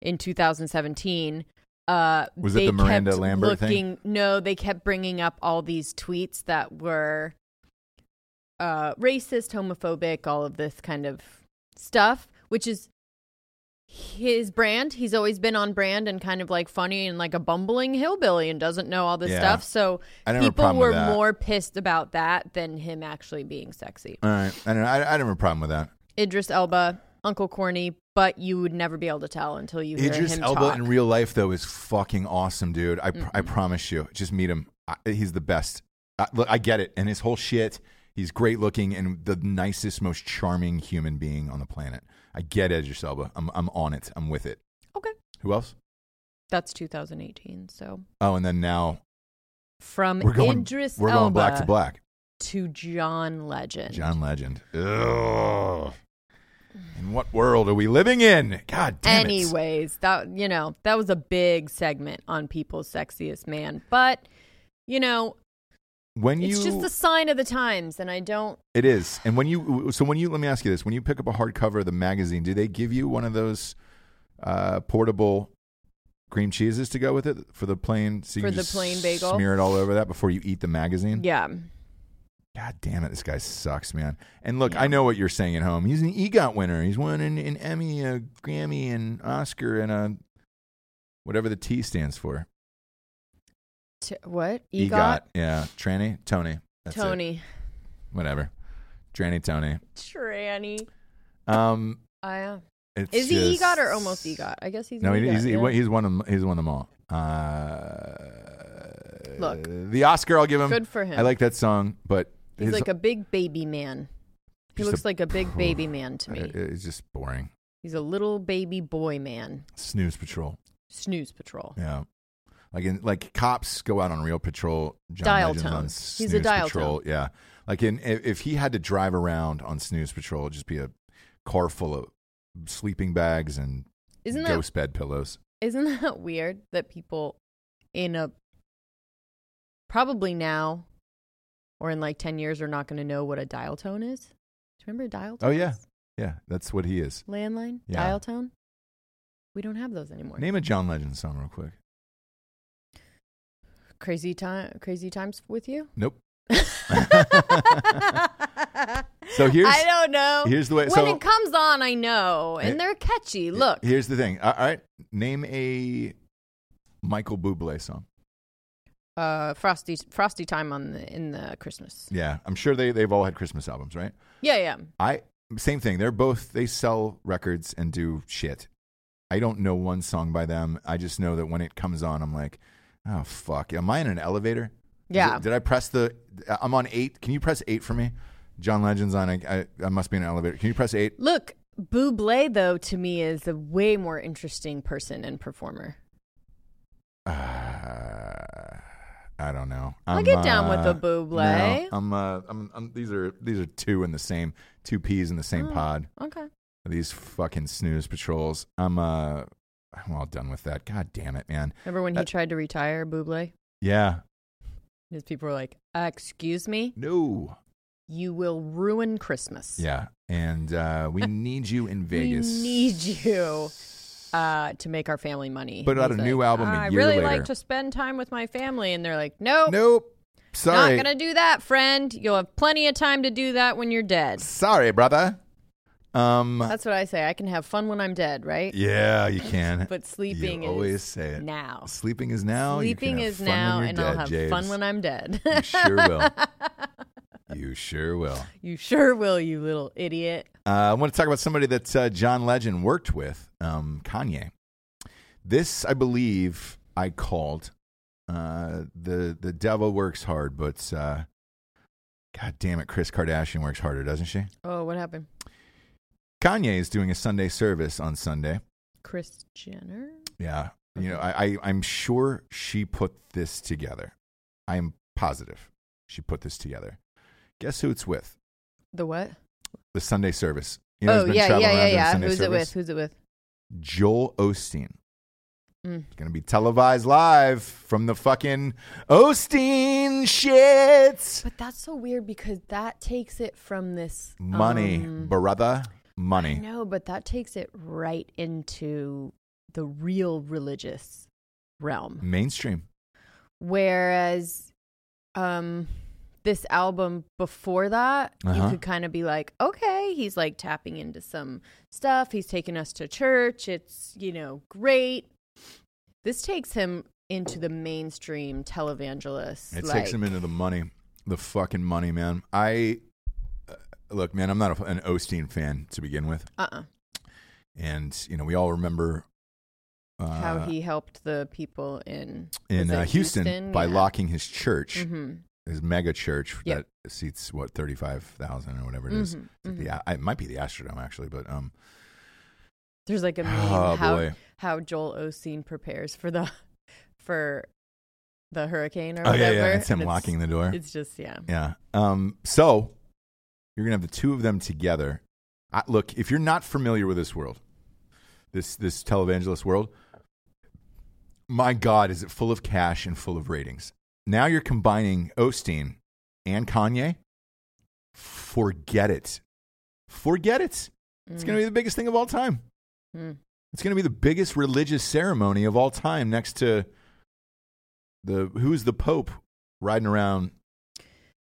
Speaker 3: in 2017, uh,
Speaker 2: Was it
Speaker 3: they
Speaker 2: the Miranda
Speaker 3: kept
Speaker 2: Lambert thing?
Speaker 3: looking, No, they kept bringing up all these tweets that were uh, racist, homophobic, all of this kind of stuff, which is his brand. He's always been on brand and kind of like funny and like a bumbling hillbilly and doesn't know all this
Speaker 2: Yeah.
Speaker 3: stuff. So
Speaker 2: I don't have a
Speaker 3: people
Speaker 2: problem with
Speaker 3: were
Speaker 2: that.
Speaker 3: more pissed about that than him actually being sexy.
Speaker 2: All right. I don't. I, I don't have a problem with that.
Speaker 3: Idris Elba, Uncle Corny, but you would never be able to tell until you hear
Speaker 2: Idris
Speaker 3: him
Speaker 2: Elba
Speaker 3: talk.
Speaker 2: in real life though is fucking awesome, dude. I pr- I promise you. Just meet him. I, he's the best. I, look, I get it, and his whole shit. He's great looking and the nicest, most charming human being on the planet. I get Edgar Elba. I'm I'm on it. I'm with it.
Speaker 3: okay.
Speaker 2: Who else?
Speaker 3: That's 2018. So
Speaker 2: Oh, and then now
Speaker 3: from
Speaker 2: we're going
Speaker 3: Um, Idris
Speaker 2: we're going black
Speaker 3: Elba
Speaker 2: to black.
Speaker 3: to John Legend.
Speaker 2: John Legend. Ugh. In what world are we living in? God damn it.
Speaker 3: Anyways, that you know that was a big segment on people's sexiest man, but you know
Speaker 2: When you
Speaker 3: it's just a sign of the times, and I don't.
Speaker 2: It is. And when you so when you let me ask you this, when you pick up a hardcover of the magazine, do they give you one of those uh, portable cream cheeses to go with it for the plain so you
Speaker 3: For
Speaker 2: can
Speaker 3: the
Speaker 2: just
Speaker 3: plain bagel?
Speaker 2: Smear it all over that before you eat the magazine.
Speaker 3: Yeah,
Speaker 2: God damn it, this guy sucks, man. And look, I know what you're saying at home. He's an EGOT winner. He's won an, an Emmy, a Grammy, an Oscar, and a whatever the T stands for.
Speaker 3: T- what EGOT?
Speaker 2: Yeah. Tranny? Tony. That's it.
Speaker 3: Tony,
Speaker 2: Whatever. Tranny Tony.
Speaker 3: tranny.
Speaker 2: Um
Speaker 3: I uh, am.
Speaker 2: it's
Speaker 3: Is he E
Speaker 2: just-
Speaker 3: EGOT or almost EGOT? I guess he's
Speaker 2: No,
Speaker 3: an
Speaker 2: he,
Speaker 3: EGOT,
Speaker 2: he's, he-
Speaker 3: yeah.
Speaker 2: he's one of them, he's one of them all. Uh,
Speaker 3: Look.
Speaker 2: the Oscar I'll give him.
Speaker 3: Good for him.
Speaker 2: um, I like that song, but
Speaker 3: He's like a big baby man. He
Speaker 2: Just
Speaker 3: looks
Speaker 2: a- uh,
Speaker 3: like a big baby man to me.
Speaker 2: It's just boring.
Speaker 3: He's a little baby boy man.
Speaker 2: Snooze Patrol.
Speaker 3: Snooze Patrol.
Speaker 2: Yeah, like in like cops go out on real patrol. John
Speaker 3: Dial
Speaker 2: Legend's
Speaker 3: tone.
Speaker 2: on
Speaker 3: He's a
Speaker 2: Snooze
Speaker 3: dial
Speaker 2: patrol. Yeah, like in if, if he had to drive around on Snooze Patrol, it'd just be a car full of sleeping bags and
Speaker 3: Isn't that
Speaker 2: ghost bed pillows.
Speaker 3: Isn't that weird that people in a probably now or in like 10 years are not going to know what a dial tone is? Do you remember a dial tone?
Speaker 2: Oh, yeah.
Speaker 3: is?
Speaker 2: Yeah, that's what he is.
Speaker 3: Landline,
Speaker 2: Yeah.
Speaker 3: dial tone. We don't have those anymore.
Speaker 2: Name a John Legend song real quick.
Speaker 3: Crazy time crazy times with you?
Speaker 2: Nope.
Speaker 3: so
Speaker 2: here's-
Speaker 3: I don't know.
Speaker 2: here's the way-
Speaker 3: When
Speaker 2: so-
Speaker 3: it comes on, I know.
Speaker 2: Eh,
Speaker 3: And they're catchy. Look.
Speaker 2: Here's the thing. All right, name a Michael Bublé song.
Speaker 3: Uh frosty frosty time on the in the Christmas.
Speaker 2: Yeah, I'm sure they they've all had Christmas albums, right?
Speaker 3: Yeah, yeah.
Speaker 2: I same thing. They're both they sell records and do shit. I don't know one song by them. I just know that when it comes on, I'm like, oh fuck, am I in an elevator? Is
Speaker 3: Yeah.
Speaker 2: it- did I press the? I'm on eight. Can you press eight for me? John Legend's on. I, I, I must be in an elevator. Can you press eight?
Speaker 3: Look, Buble though to me is a way more interesting person and performer.
Speaker 2: Uh, I don't know.
Speaker 3: I'll
Speaker 2: I'm,
Speaker 3: get down with
Speaker 2: uh,
Speaker 3: the Buble.
Speaker 2: no, I'm, uh, I'm, I'm. These are these are two in the same two peas in the same
Speaker 3: Mm.
Speaker 2: pod.
Speaker 3: Okay.
Speaker 2: These fucking snooze patrols. I'm uh, I'm all done with that. God damn it, man.
Speaker 3: Remember when he
Speaker 2: Uh,
Speaker 3: tried to retire Buble?
Speaker 2: Yeah.
Speaker 3: His people were like, uh, "Excuse me,
Speaker 2: No.
Speaker 3: you will ruin Christmas."
Speaker 2: Yeah. And uh, we need you in Vegas.
Speaker 3: We need you uh, to make our family money.
Speaker 2: Put out a
Speaker 3: He's
Speaker 2: new
Speaker 3: like, "Ah,
Speaker 2: album a
Speaker 3: "I
Speaker 2: year
Speaker 3: really
Speaker 2: later."
Speaker 3: like to spend time with my family, and they're like, "Nope,
Speaker 2: Nope. Sorry.
Speaker 3: oh. not gonna do that, friend. You'll have plenty of time to do that when you're dead."
Speaker 2: Sorry, brother. Um.
Speaker 3: That's what I say. I can have fun when I'm dead, right?
Speaker 2: yeah, you can.
Speaker 3: But sleeping
Speaker 2: You always
Speaker 3: is
Speaker 2: say it.
Speaker 3: now.
Speaker 2: Sleeping is now. You can
Speaker 3: Sleeping
Speaker 2: have
Speaker 3: is
Speaker 2: fun when
Speaker 3: now,
Speaker 2: you're
Speaker 3: and
Speaker 2: dead,
Speaker 3: I'll have fun
Speaker 2: Javes.
Speaker 3: when I'm dead.
Speaker 2: You sure will. you sure will.
Speaker 3: you sure will, you little idiot.
Speaker 2: Uh, I want to talk about somebody that uh, John Legend worked with, um, Kanye. This, I believe, I called uh, the the devil works hard, but uh, God damn it, Chris Kardashian works harder, doesn't she?
Speaker 3: Oh, what happened?
Speaker 2: Kanye is doing a Sunday service on Sunday.
Speaker 3: Chris Jenner?
Speaker 2: Yeah, you know, I, I I'm sure she put this together. I am positive she put this together. Guess who it's with?
Speaker 3: The what?
Speaker 2: The Sunday service. You know, who's
Speaker 3: oh,
Speaker 2: been
Speaker 3: yeah, yeah,
Speaker 2: traveling around
Speaker 3: yeah,
Speaker 2: doing
Speaker 3: yeah.
Speaker 2: Sunday
Speaker 3: Who's it
Speaker 2: service?
Speaker 3: with? Who's it with?
Speaker 2: Joel Osteen.
Speaker 3: Mm.
Speaker 2: It's going to be televised live from the fucking Osteen shit.
Speaker 3: But that's so weird because that takes it from this
Speaker 2: Money,
Speaker 3: um,
Speaker 2: brother. Money.
Speaker 3: No, but that takes it right into the real religious
Speaker 2: Mm.
Speaker 3: realm.
Speaker 2: Mainstream.
Speaker 3: Whereas um this album before that,
Speaker 2: Uh-huh.
Speaker 3: you could kind of be like, okay, he's like tapping into some stuff. He's taking us to church. It's, you know, great. This takes him into the mainstream televangelist.
Speaker 2: It
Speaker 3: like-
Speaker 2: takes him into the money. The fucking money, man. I uh, look, man, I'm not a, an Osteen fan to begin with.
Speaker 3: Uh-uh.
Speaker 2: And, you know, we all remember uh,
Speaker 3: How he helped the people in
Speaker 2: in
Speaker 3: was it
Speaker 2: uh, Houston, by
Speaker 3: Yeah.
Speaker 2: locking his church,
Speaker 3: Mhm.
Speaker 2: his mega church
Speaker 3: Yep.
Speaker 2: that seats, what, 35,000 or whatever it is.
Speaker 3: Mhm.
Speaker 2: Yeah, it might be the Astrodome actually, but um,
Speaker 3: There's like a meme
Speaker 2: Oh,
Speaker 3: how
Speaker 2: boy.
Speaker 3: how Joel Osteen prepares for the for the hurricane or
Speaker 2: Oh, yeah,
Speaker 3: whatever.
Speaker 2: yeah. It's him
Speaker 3: and
Speaker 2: locking the door.
Speaker 3: It's just yeah.
Speaker 2: Yeah. Um, so you're gonna have the two of them together. I, look, if you're not familiar with this world, this this televangelist world, my God, is it full of cash and full of ratings? Now you're combining Osteen and Kanye. Forget it. Forget it. It's gonna be the biggest thing of all time.
Speaker 3: Mm.
Speaker 2: It's gonna be the biggest religious ceremony of all time, next to the who's the Pope riding around.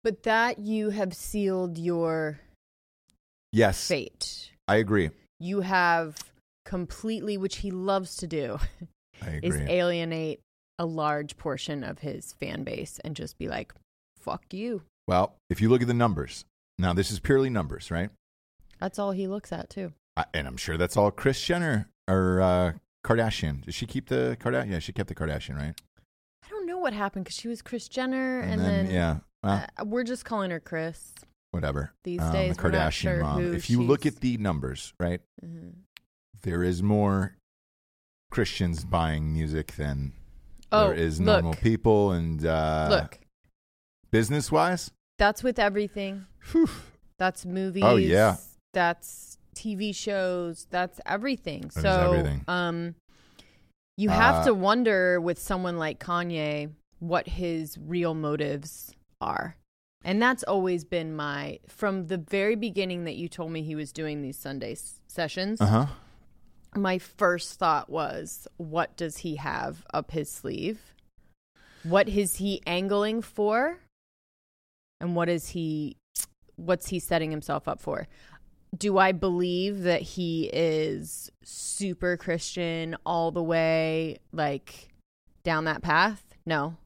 Speaker 3: But that you have sealed your
Speaker 2: Yes,
Speaker 3: fate.
Speaker 2: I agree.
Speaker 3: You have completely, which he loves to do,
Speaker 2: I
Speaker 3: is
Speaker 2: agree.
Speaker 3: alienate a large portion of his fan base and just be like, "Fuck you."
Speaker 2: well, if you look at the numbers, now this is purely numbers, right?
Speaker 3: That's all he looks at too.
Speaker 2: I, and I'm sure that's all Chris Jenner or uh, Kardashian. Did she keep the Kardashian? Yeah, she kept the Kardashian, right?
Speaker 3: I don't know what happened because she was Chris Jenner, and, then,
Speaker 2: yeah, well,
Speaker 3: uh, we're just calling her Chris.
Speaker 2: whatever. Um,
Speaker 3: these days,
Speaker 2: the
Speaker 3: we're not
Speaker 2: Kardashian
Speaker 3: sure
Speaker 2: mom.
Speaker 3: who
Speaker 2: If you look
Speaker 3: she's-
Speaker 2: at the numbers, right,
Speaker 3: Mhm.
Speaker 2: there is more Christians buying music than
Speaker 3: Oh,
Speaker 2: there is normal
Speaker 3: look.
Speaker 2: people. And uh,
Speaker 3: Look,
Speaker 2: business wise,
Speaker 3: that's with everything. That's movies.
Speaker 2: Oh, yeah.
Speaker 3: That's TV shows. That's everything.
Speaker 2: is
Speaker 3: so,
Speaker 2: everything.
Speaker 3: um, you have
Speaker 2: Uh,
Speaker 3: to wonder with someone like Kanye what his real motives are. And that's always been my from the very beginning that you told me he was doing these Sunday s- sessions.
Speaker 2: uh huh.
Speaker 3: my first thought was, what does he have up his sleeve? What is he angling for? And what is he what's he setting himself up for? Do I believe that he is super Christian all the way like down that path? No.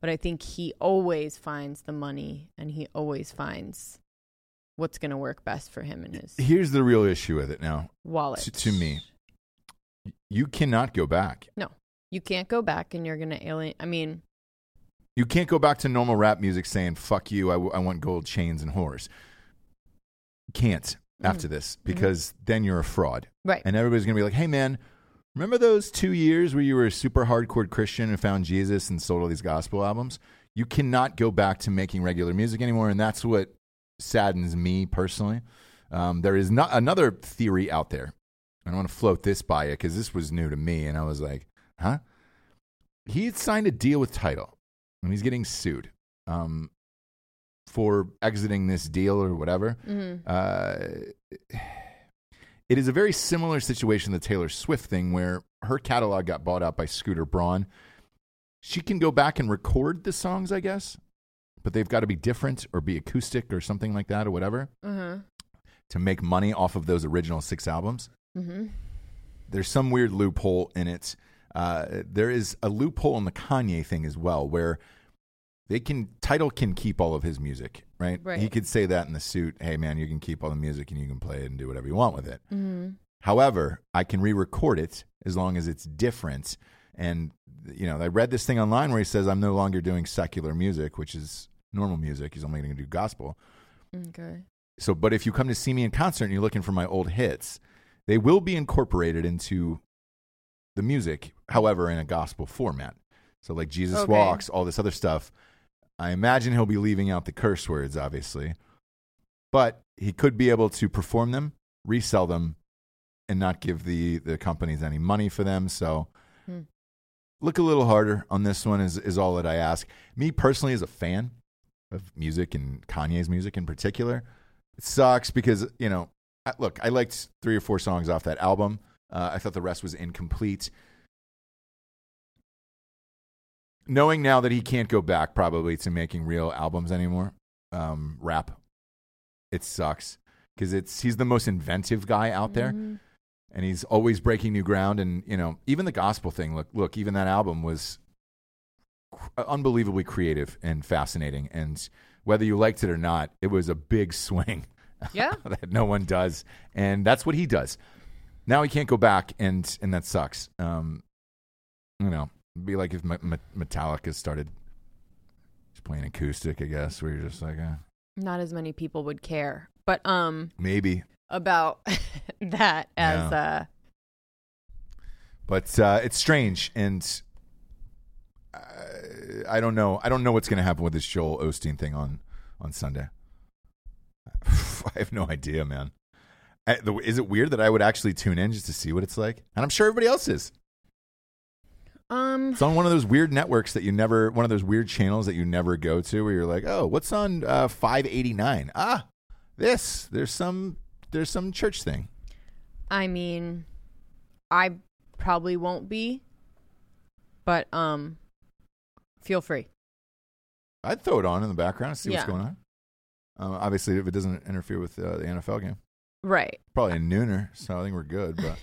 Speaker 3: But I think he always finds the money and he always finds what's going to work best for him and his
Speaker 2: Here's the real issue with it now.
Speaker 3: wallet.
Speaker 2: To- to me. You cannot go back.
Speaker 3: No, you can't go back, and you're gonna alien. I mean,
Speaker 2: You can't go back to normal rap music saying "fuck you." I, w- I want gold chains and whores. You Can't after
Speaker 3: Mm-hmm.
Speaker 2: this because then you're a fraud,
Speaker 3: right?
Speaker 2: and everybody's gonna be like, "Hey, man, remember those two years where you were a super hardcore Christian and found Jesus and sold all these gospel albums?" You cannot go back to making regular music anymore, and that's what saddens me personally. Um, there is not another theory out there. I don't want to float this by you because this was new to me, and I was like, "Huh." He had signed a deal with Title and he's getting sued um, for exiting this deal or whatever.
Speaker 3: Mm-hmm.
Speaker 2: Uh, it is a very similar situation to the Taylor Swift thing where her catalog got bought out by Scooter Braun. She can go back and record the songs, I guess, but they've got to be different or be acoustic or something like that or whatever
Speaker 3: Uh huh.
Speaker 2: to make money off of those original six albums.
Speaker 3: Mm-hmm.
Speaker 2: There's some weird loophole in it. Uh, there is a loophole in the Kanye thing as well, where they can title can keep all of his music, right?
Speaker 3: Right.
Speaker 2: He could say that in the suit. Hey, man, you can keep all the music and you can play it and do whatever you want with it.
Speaker 3: Mm-hmm.
Speaker 2: However, I can re-record it as long as it's different. And you know, I read this thing online where he says, "I'm no longer doing secular music, which is normal music. He's only going to do gospel."
Speaker 3: Okay.
Speaker 2: So, but if you come to see me in concert and you're looking for my old hits, they will be incorporated into the music, however, in a gospel format. So, like Jesus
Speaker 3: Okay.
Speaker 2: Walks, all this other stuff. I imagine he'll be leaving out the curse words, obviously, but he could be able to perform them, resell them, and not give the, the companies any money for them. So,
Speaker 3: Hmm.
Speaker 2: look a little harder on this one, is, is all that I ask. Me personally, as a fan of music and Kanye's music in particular, it sucks because you know I, look i liked three or four songs off that album uh, i thought the rest was incomplete knowing now that he can't go back probably to making real albums anymore um, rap it sucks because it's he's the most inventive guy out there
Speaker 3: Mm-hmm.
Speaker 2: and he's always breaking new ground and you know even the gospel thing look look even that album was cr- uh, unbelievably creative and fascinating and whether you liked it or not it was a big swing
Speaker 3: Yeah.
Speaker 2: that no one does, and that's what he does. Now he can't go back, and and that sucks. Um, you know, it'd be like if Me- Me- Metallica started just playing acoustic, I guess, where you're just like, eh,
Speaker 3: Not as many people would care, but um,
Speaker 2: maybe
Speaker 3: about that as uh,
Speaker 2: But uh, it's strange, and uh, I don't know. I don't know what's going to happen with this Joel Osteen thing on on Sunday. I have no idea, man. I, the, is it weird that I would actually tune in just to see what it's like? And I'm sure everybody else is.
Speaker 3: Um,
Speaker 2: It's on one of those weird networks that you never, one of those weird channels that you never go to, where you're like, oh, what's on uh, 589? Ah, this. There's some. There's some church thing.
Speaker 3: I mean, I probably won't be, but um, feel free.
Speaker 2: I'd throw it on in the background, see what's
Speaker 3: Yeah.
Speaker 2: going on. Um, obviously, if it doesn't interfere with uh, the NFL game,
Speaker 3: Right.
Speaker 2: probably a nooner, so I think we're good. But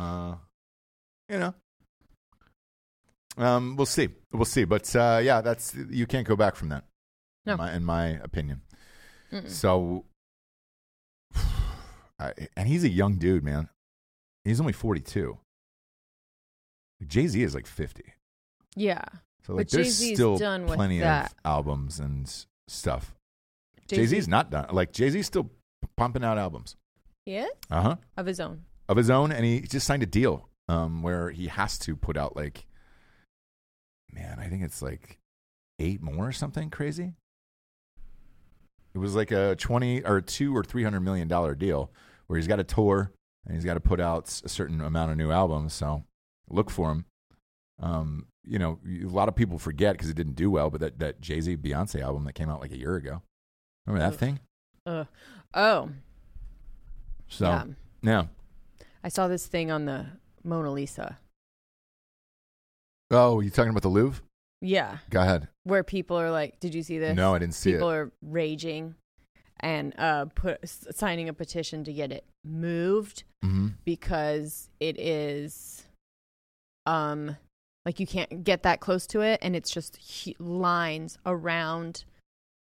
Speaker 2: uh, you know, um, we'll see, we'll see. But uh, yeah, that's you can't go back from that.
Speaker 3: No.
Speaker 2: in my, in my opinion.
Speaker 3: Mm-mm.
Speaker 2: So, I, and he's a young dude, man. He's only forty-two. Jay Z is like fifty.
Speaker 3: Yeah.
Speaker 2: So
Speaker 3: But
Speaker 2: like, there's
Speaker 3: Jay-Z's
Speaker 2: still
Speaker 3: done with
Speaker 2: plenty of
Speaker 3: that.
Speaker 2: albums and s- stuff. Jay Z's not done. Like Jay Z's still p- pumping out albums.
Speaker 3: Yeah.
Speaker 2: Uh huh.
Speaker 3: Of his own.
Speaker 2: Of his own, and he just signed a deal um, where he has to put out like, man, I think it's like eight more or something crazy. It was like a twenty or two or three hundred million dollar deal where he's got a tour and he's got to put out s- a certain amount of new albums. So look for him. Um, you know, a lot of people forget because it didn't do well, but that that Jay Z Beyonce album that came out like a year ago. Remember that thing?
Speaker 3: Ugh. Oh,
Speaker 2: So
Speaker 3: yeah.
Speaker 2: yeah.
Speaker 3: I saw this thing on the Mona Lisa.
Speaker 2: Oh, you talking about the Louvre?
Speaker 3: Yeah.
Speaker 2: Go ahead.
Speaker 3: Where people are like, "Did you see this?"
Speaker 2: No, I didn't see
Speaker 3: people
Speaker 2: it.
Speaker 3: are raging and uh, put s- signing a petition to get it moved
Speaker 2: hmm
Speaker 3: because it is, um, like you can't get that close to it, and it's just hu lines around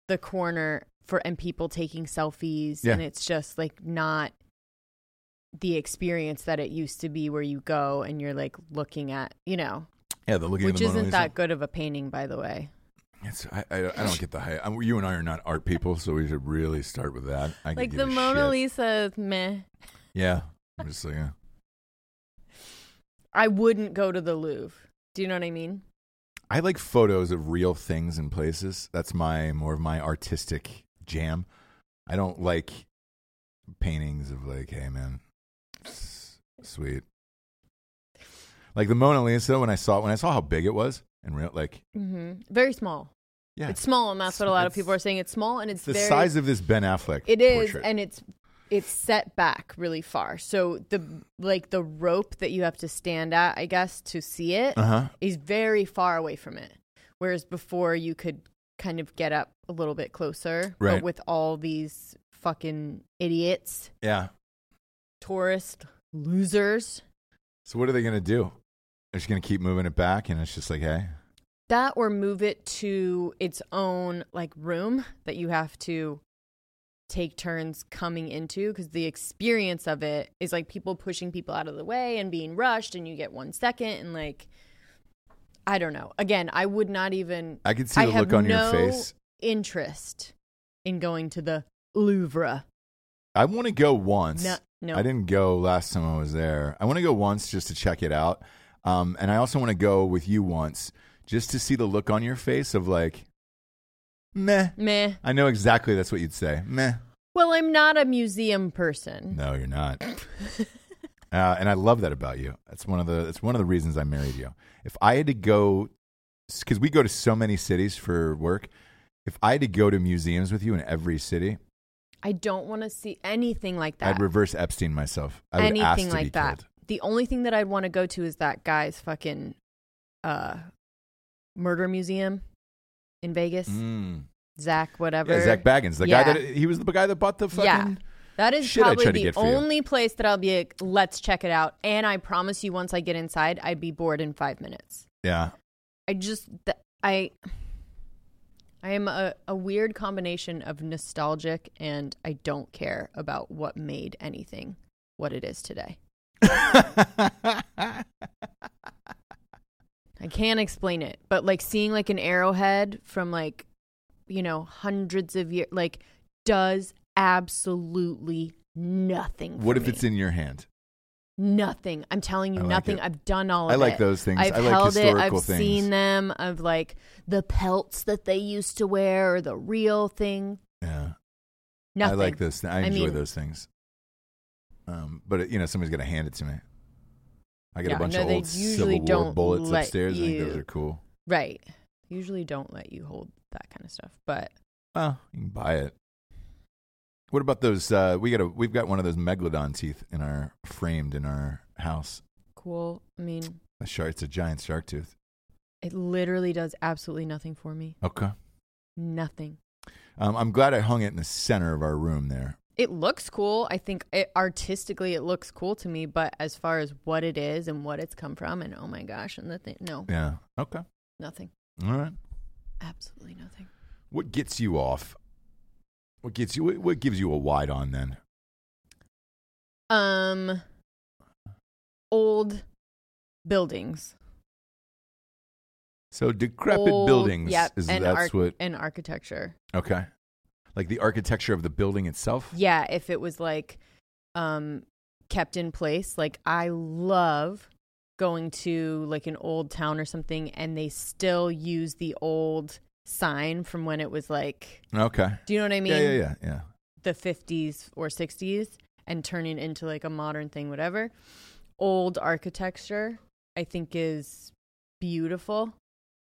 Speaker 3: the corner for and people taking selfies,
Speaker 2: Yeah.
Speaker 3: and it's just like not the experience that it used to be, where you go and you're like looking at, you know,
Speaker 2: Yeah, the looking
Speaker 3: which
Speaker 2: at the
Speaker 3: isn't
Speaker 2: Mona Lisa.
Speaker 3: that good of a painting, by the way.
Speaker 2: It's, I, I, I don't get the hype. I'm, you and I are not art people, so we should really start with that. I could
Speaker 3: Like
Speaker 2: give
Speaker 3: the
Speaker 2: a
Speaker 3: Mona
Speaker 2: shit.
Speaker 3: Lisa, meh.
Speaker 2: Yeah, I'm just like, yeah.
Speaker 3: I wouldn't go to the Louvre. Do you know what I mean?
Speaker 2: I like photos of real things and places. That's my more of my artistic jam. I don't like paintings of like, hey man, s- sweet. Like the Mona Lisa, when I saw when I saw how big it was and real, like
Speaker 3: hmm Very small.
Speaker 2: yeah,
Speaker 3: It's small, and that's what a lot of
Speaker 2: It's-
Speaker 3: people are saying. It's small, and it's
Speaker 2: the
Speaker 3: very,
Speaker 2: size of this Ben Affleck.
Speaker 3: It is,
Speaker 2: portrait.
Speaker 3: and it's it's set back really far. So the like the rope that you have to stand at, I guess, to see it is
Speaker 2: uh huh.
Speaker 3: very far away from it. Whereas before, you could kind of get up a little bit closer.
Speaker 2: Right.
Speaker 3: But with all these fucking idiots,
Speaker 2: Yeah.
Speaker 3: tourist losers.
Speaker 2: So what are they gonna do? They're just gonna keep moving it back, and it's just like, hey,
Speaker 3: that or move it to its own like room that you have to take turns coming into because the experience of it is like people pushing people out of the way and being rushed and you get one second and like i don't know again i would not even
Speaker 2: I could see the
Speaker 3: have
Speaker 2: look on
Speaker 3: no
Speaker 2: your face.
Speaker 3: interest in going to the louvre
Speaker 2: I want to go once.
Speaker 3: No- no.
Speaker 2: I didn't go last time I was there. I want to go once just to check it out, um, and I also want to go with you once just to see the look on your face of like, meh.
Speaker 3: meh
Speaker 2: I know exactly that's what you'd say. Meh.
Speaker 3: well i'm not a museum person
Speaker 2: No, you're not. uh, and I love that about you. That's one of the that's one of the reasons I married you. If I had to go, because we go to so many cities for work, if I had to go to museums with you in every city,
Speaker 3: i don't want to see anything like that
Speaker 2: I'd reverse Epstein myself. I would
Speaker 3: anything
Speaker 2: ask to
Speaker 3: like
Speaker 2: be
Speaker 3: that.
Speaker 2: killed.
Speaker 3: The only thing that I'd want to go to is that guy's fucking uh murder museum in Vegas.
Speaker 2: Mm.
Speaker 3: Zach, whatever.
Speaker 2: Yeah, Zach Baggins, the guy
Speaker 3: Yeah.
Speaker 2: that he was the guy that bought the fucking.
Speaker 3: Yeah. That is
Speaker 2: Shit, I
Speaker 3: probably
Speaker 2: tried to
Speaker 3: the
Speaker 2: get for you.
Speaker 3: only place that I'll be like, let's check it out. And I promise you, once I get inside, I'd be bored in five minutes.
Speaker 2: Yeah.
Speaker 3: I just, th- I, I am a, a weird combination of nostalgic and I don't care about what made anything what it is today. I can't explain it, but like seeing like an arrowhead from like, you know, hundreds of years, like does absolutely nothing.
Speaker 2: what if
Speaker 3: for me.
Speaker 2: it's in your hand?
Speaker 3: Nothing. I'm telling you,
Speaker 2: I like
Speaker 3: nothing.
Speaker 2: it.
Speaker 3: I've done all of
Speaker 2: I
Speaker 3: it.
Speaker 2: like those things.
Speaker 3: I've
Speaker 2: I like
Speaker 3: held it. I've
Speaker 2: historical things.
Speaker 3: seen them. Of like the pelts that they used to wear, or the real thing.
Speaker 2: Yeah.
Speaker 3: Nothing.
Speaker 2: I like those. thi- I
Speaker 3: I
Speaker 2: enjoy
Speaker 3: mean-
Speaker 2: those things. Um, but you know, somebody's gonna hand it to me. I got
Speaker 3: Yeah,
Speaker 2: a bunch
Speaker 3: no,
Speaker 2: of
Speaker 3: they
Speaker 2: old
Speaker 3: usually
Speaker 2: Civil War
Speaker 3: don't
Speaker 2: bullets
Speaker 3: let
Speaker 2: upstairs. I think those
Speaker 3: you-
Speaker 2: are cool.
Speaker 3: Right. Usually don't let you hold that kind of stuff, but
Speaker 2: Oh, you can buy it. What about those? Uh, we got a. We've got one of those megalodon teeth in our framed in our house.
Speaker 3: cool. I mean,
Speaker 2: A shark. It's a giant shark tooth.
Speaker 3: it literally does absolutely nothing for me.
Speaker 2: Okay.
Speaker 3: Nothing.
Speaker 2: Um, I'm glad I hung it in the center of our room there.
Speaker 3: It looks cool. I think it, artistically it looks cool to me, but as far as what it is and what it's come from, and oh my gosh, and the thing, no,
Speaker 2: Yeah. Okay.
Speaker 3: nothing.
Speaker 2: All right.
Speaker 3: Absolutely nothing.
Speaker 2: What gets you off? What gets you? What, what gives you a wide on then?
Speaker 3: Um, old buildings.
Speaker 2: So decrepit
Speaker 3: Old-
Speaker 2: buildings.
Speaker 3: Yep.
Speaker 2: Is
Speaker 3: and
Speaker 2: that's
Speaker 3: arch-
Speaker 2: what?
Speaker 3: and architecture.
Speaker 2: Okay. Like the architecture of the building itself?
Speaker 3: Yeah, if it was like um kept in place. Like I love going to like an old town or something and they still use the old sign from when it was like
Speaker 2: Okay.
Speaker 3: do you know what I mean?
Speaker 2: yeah, yeah, yeah, yeah.
Speaker 3: The 50s or 60s and turning it into like a modern thing whatever. Old architecture I think is beautiful.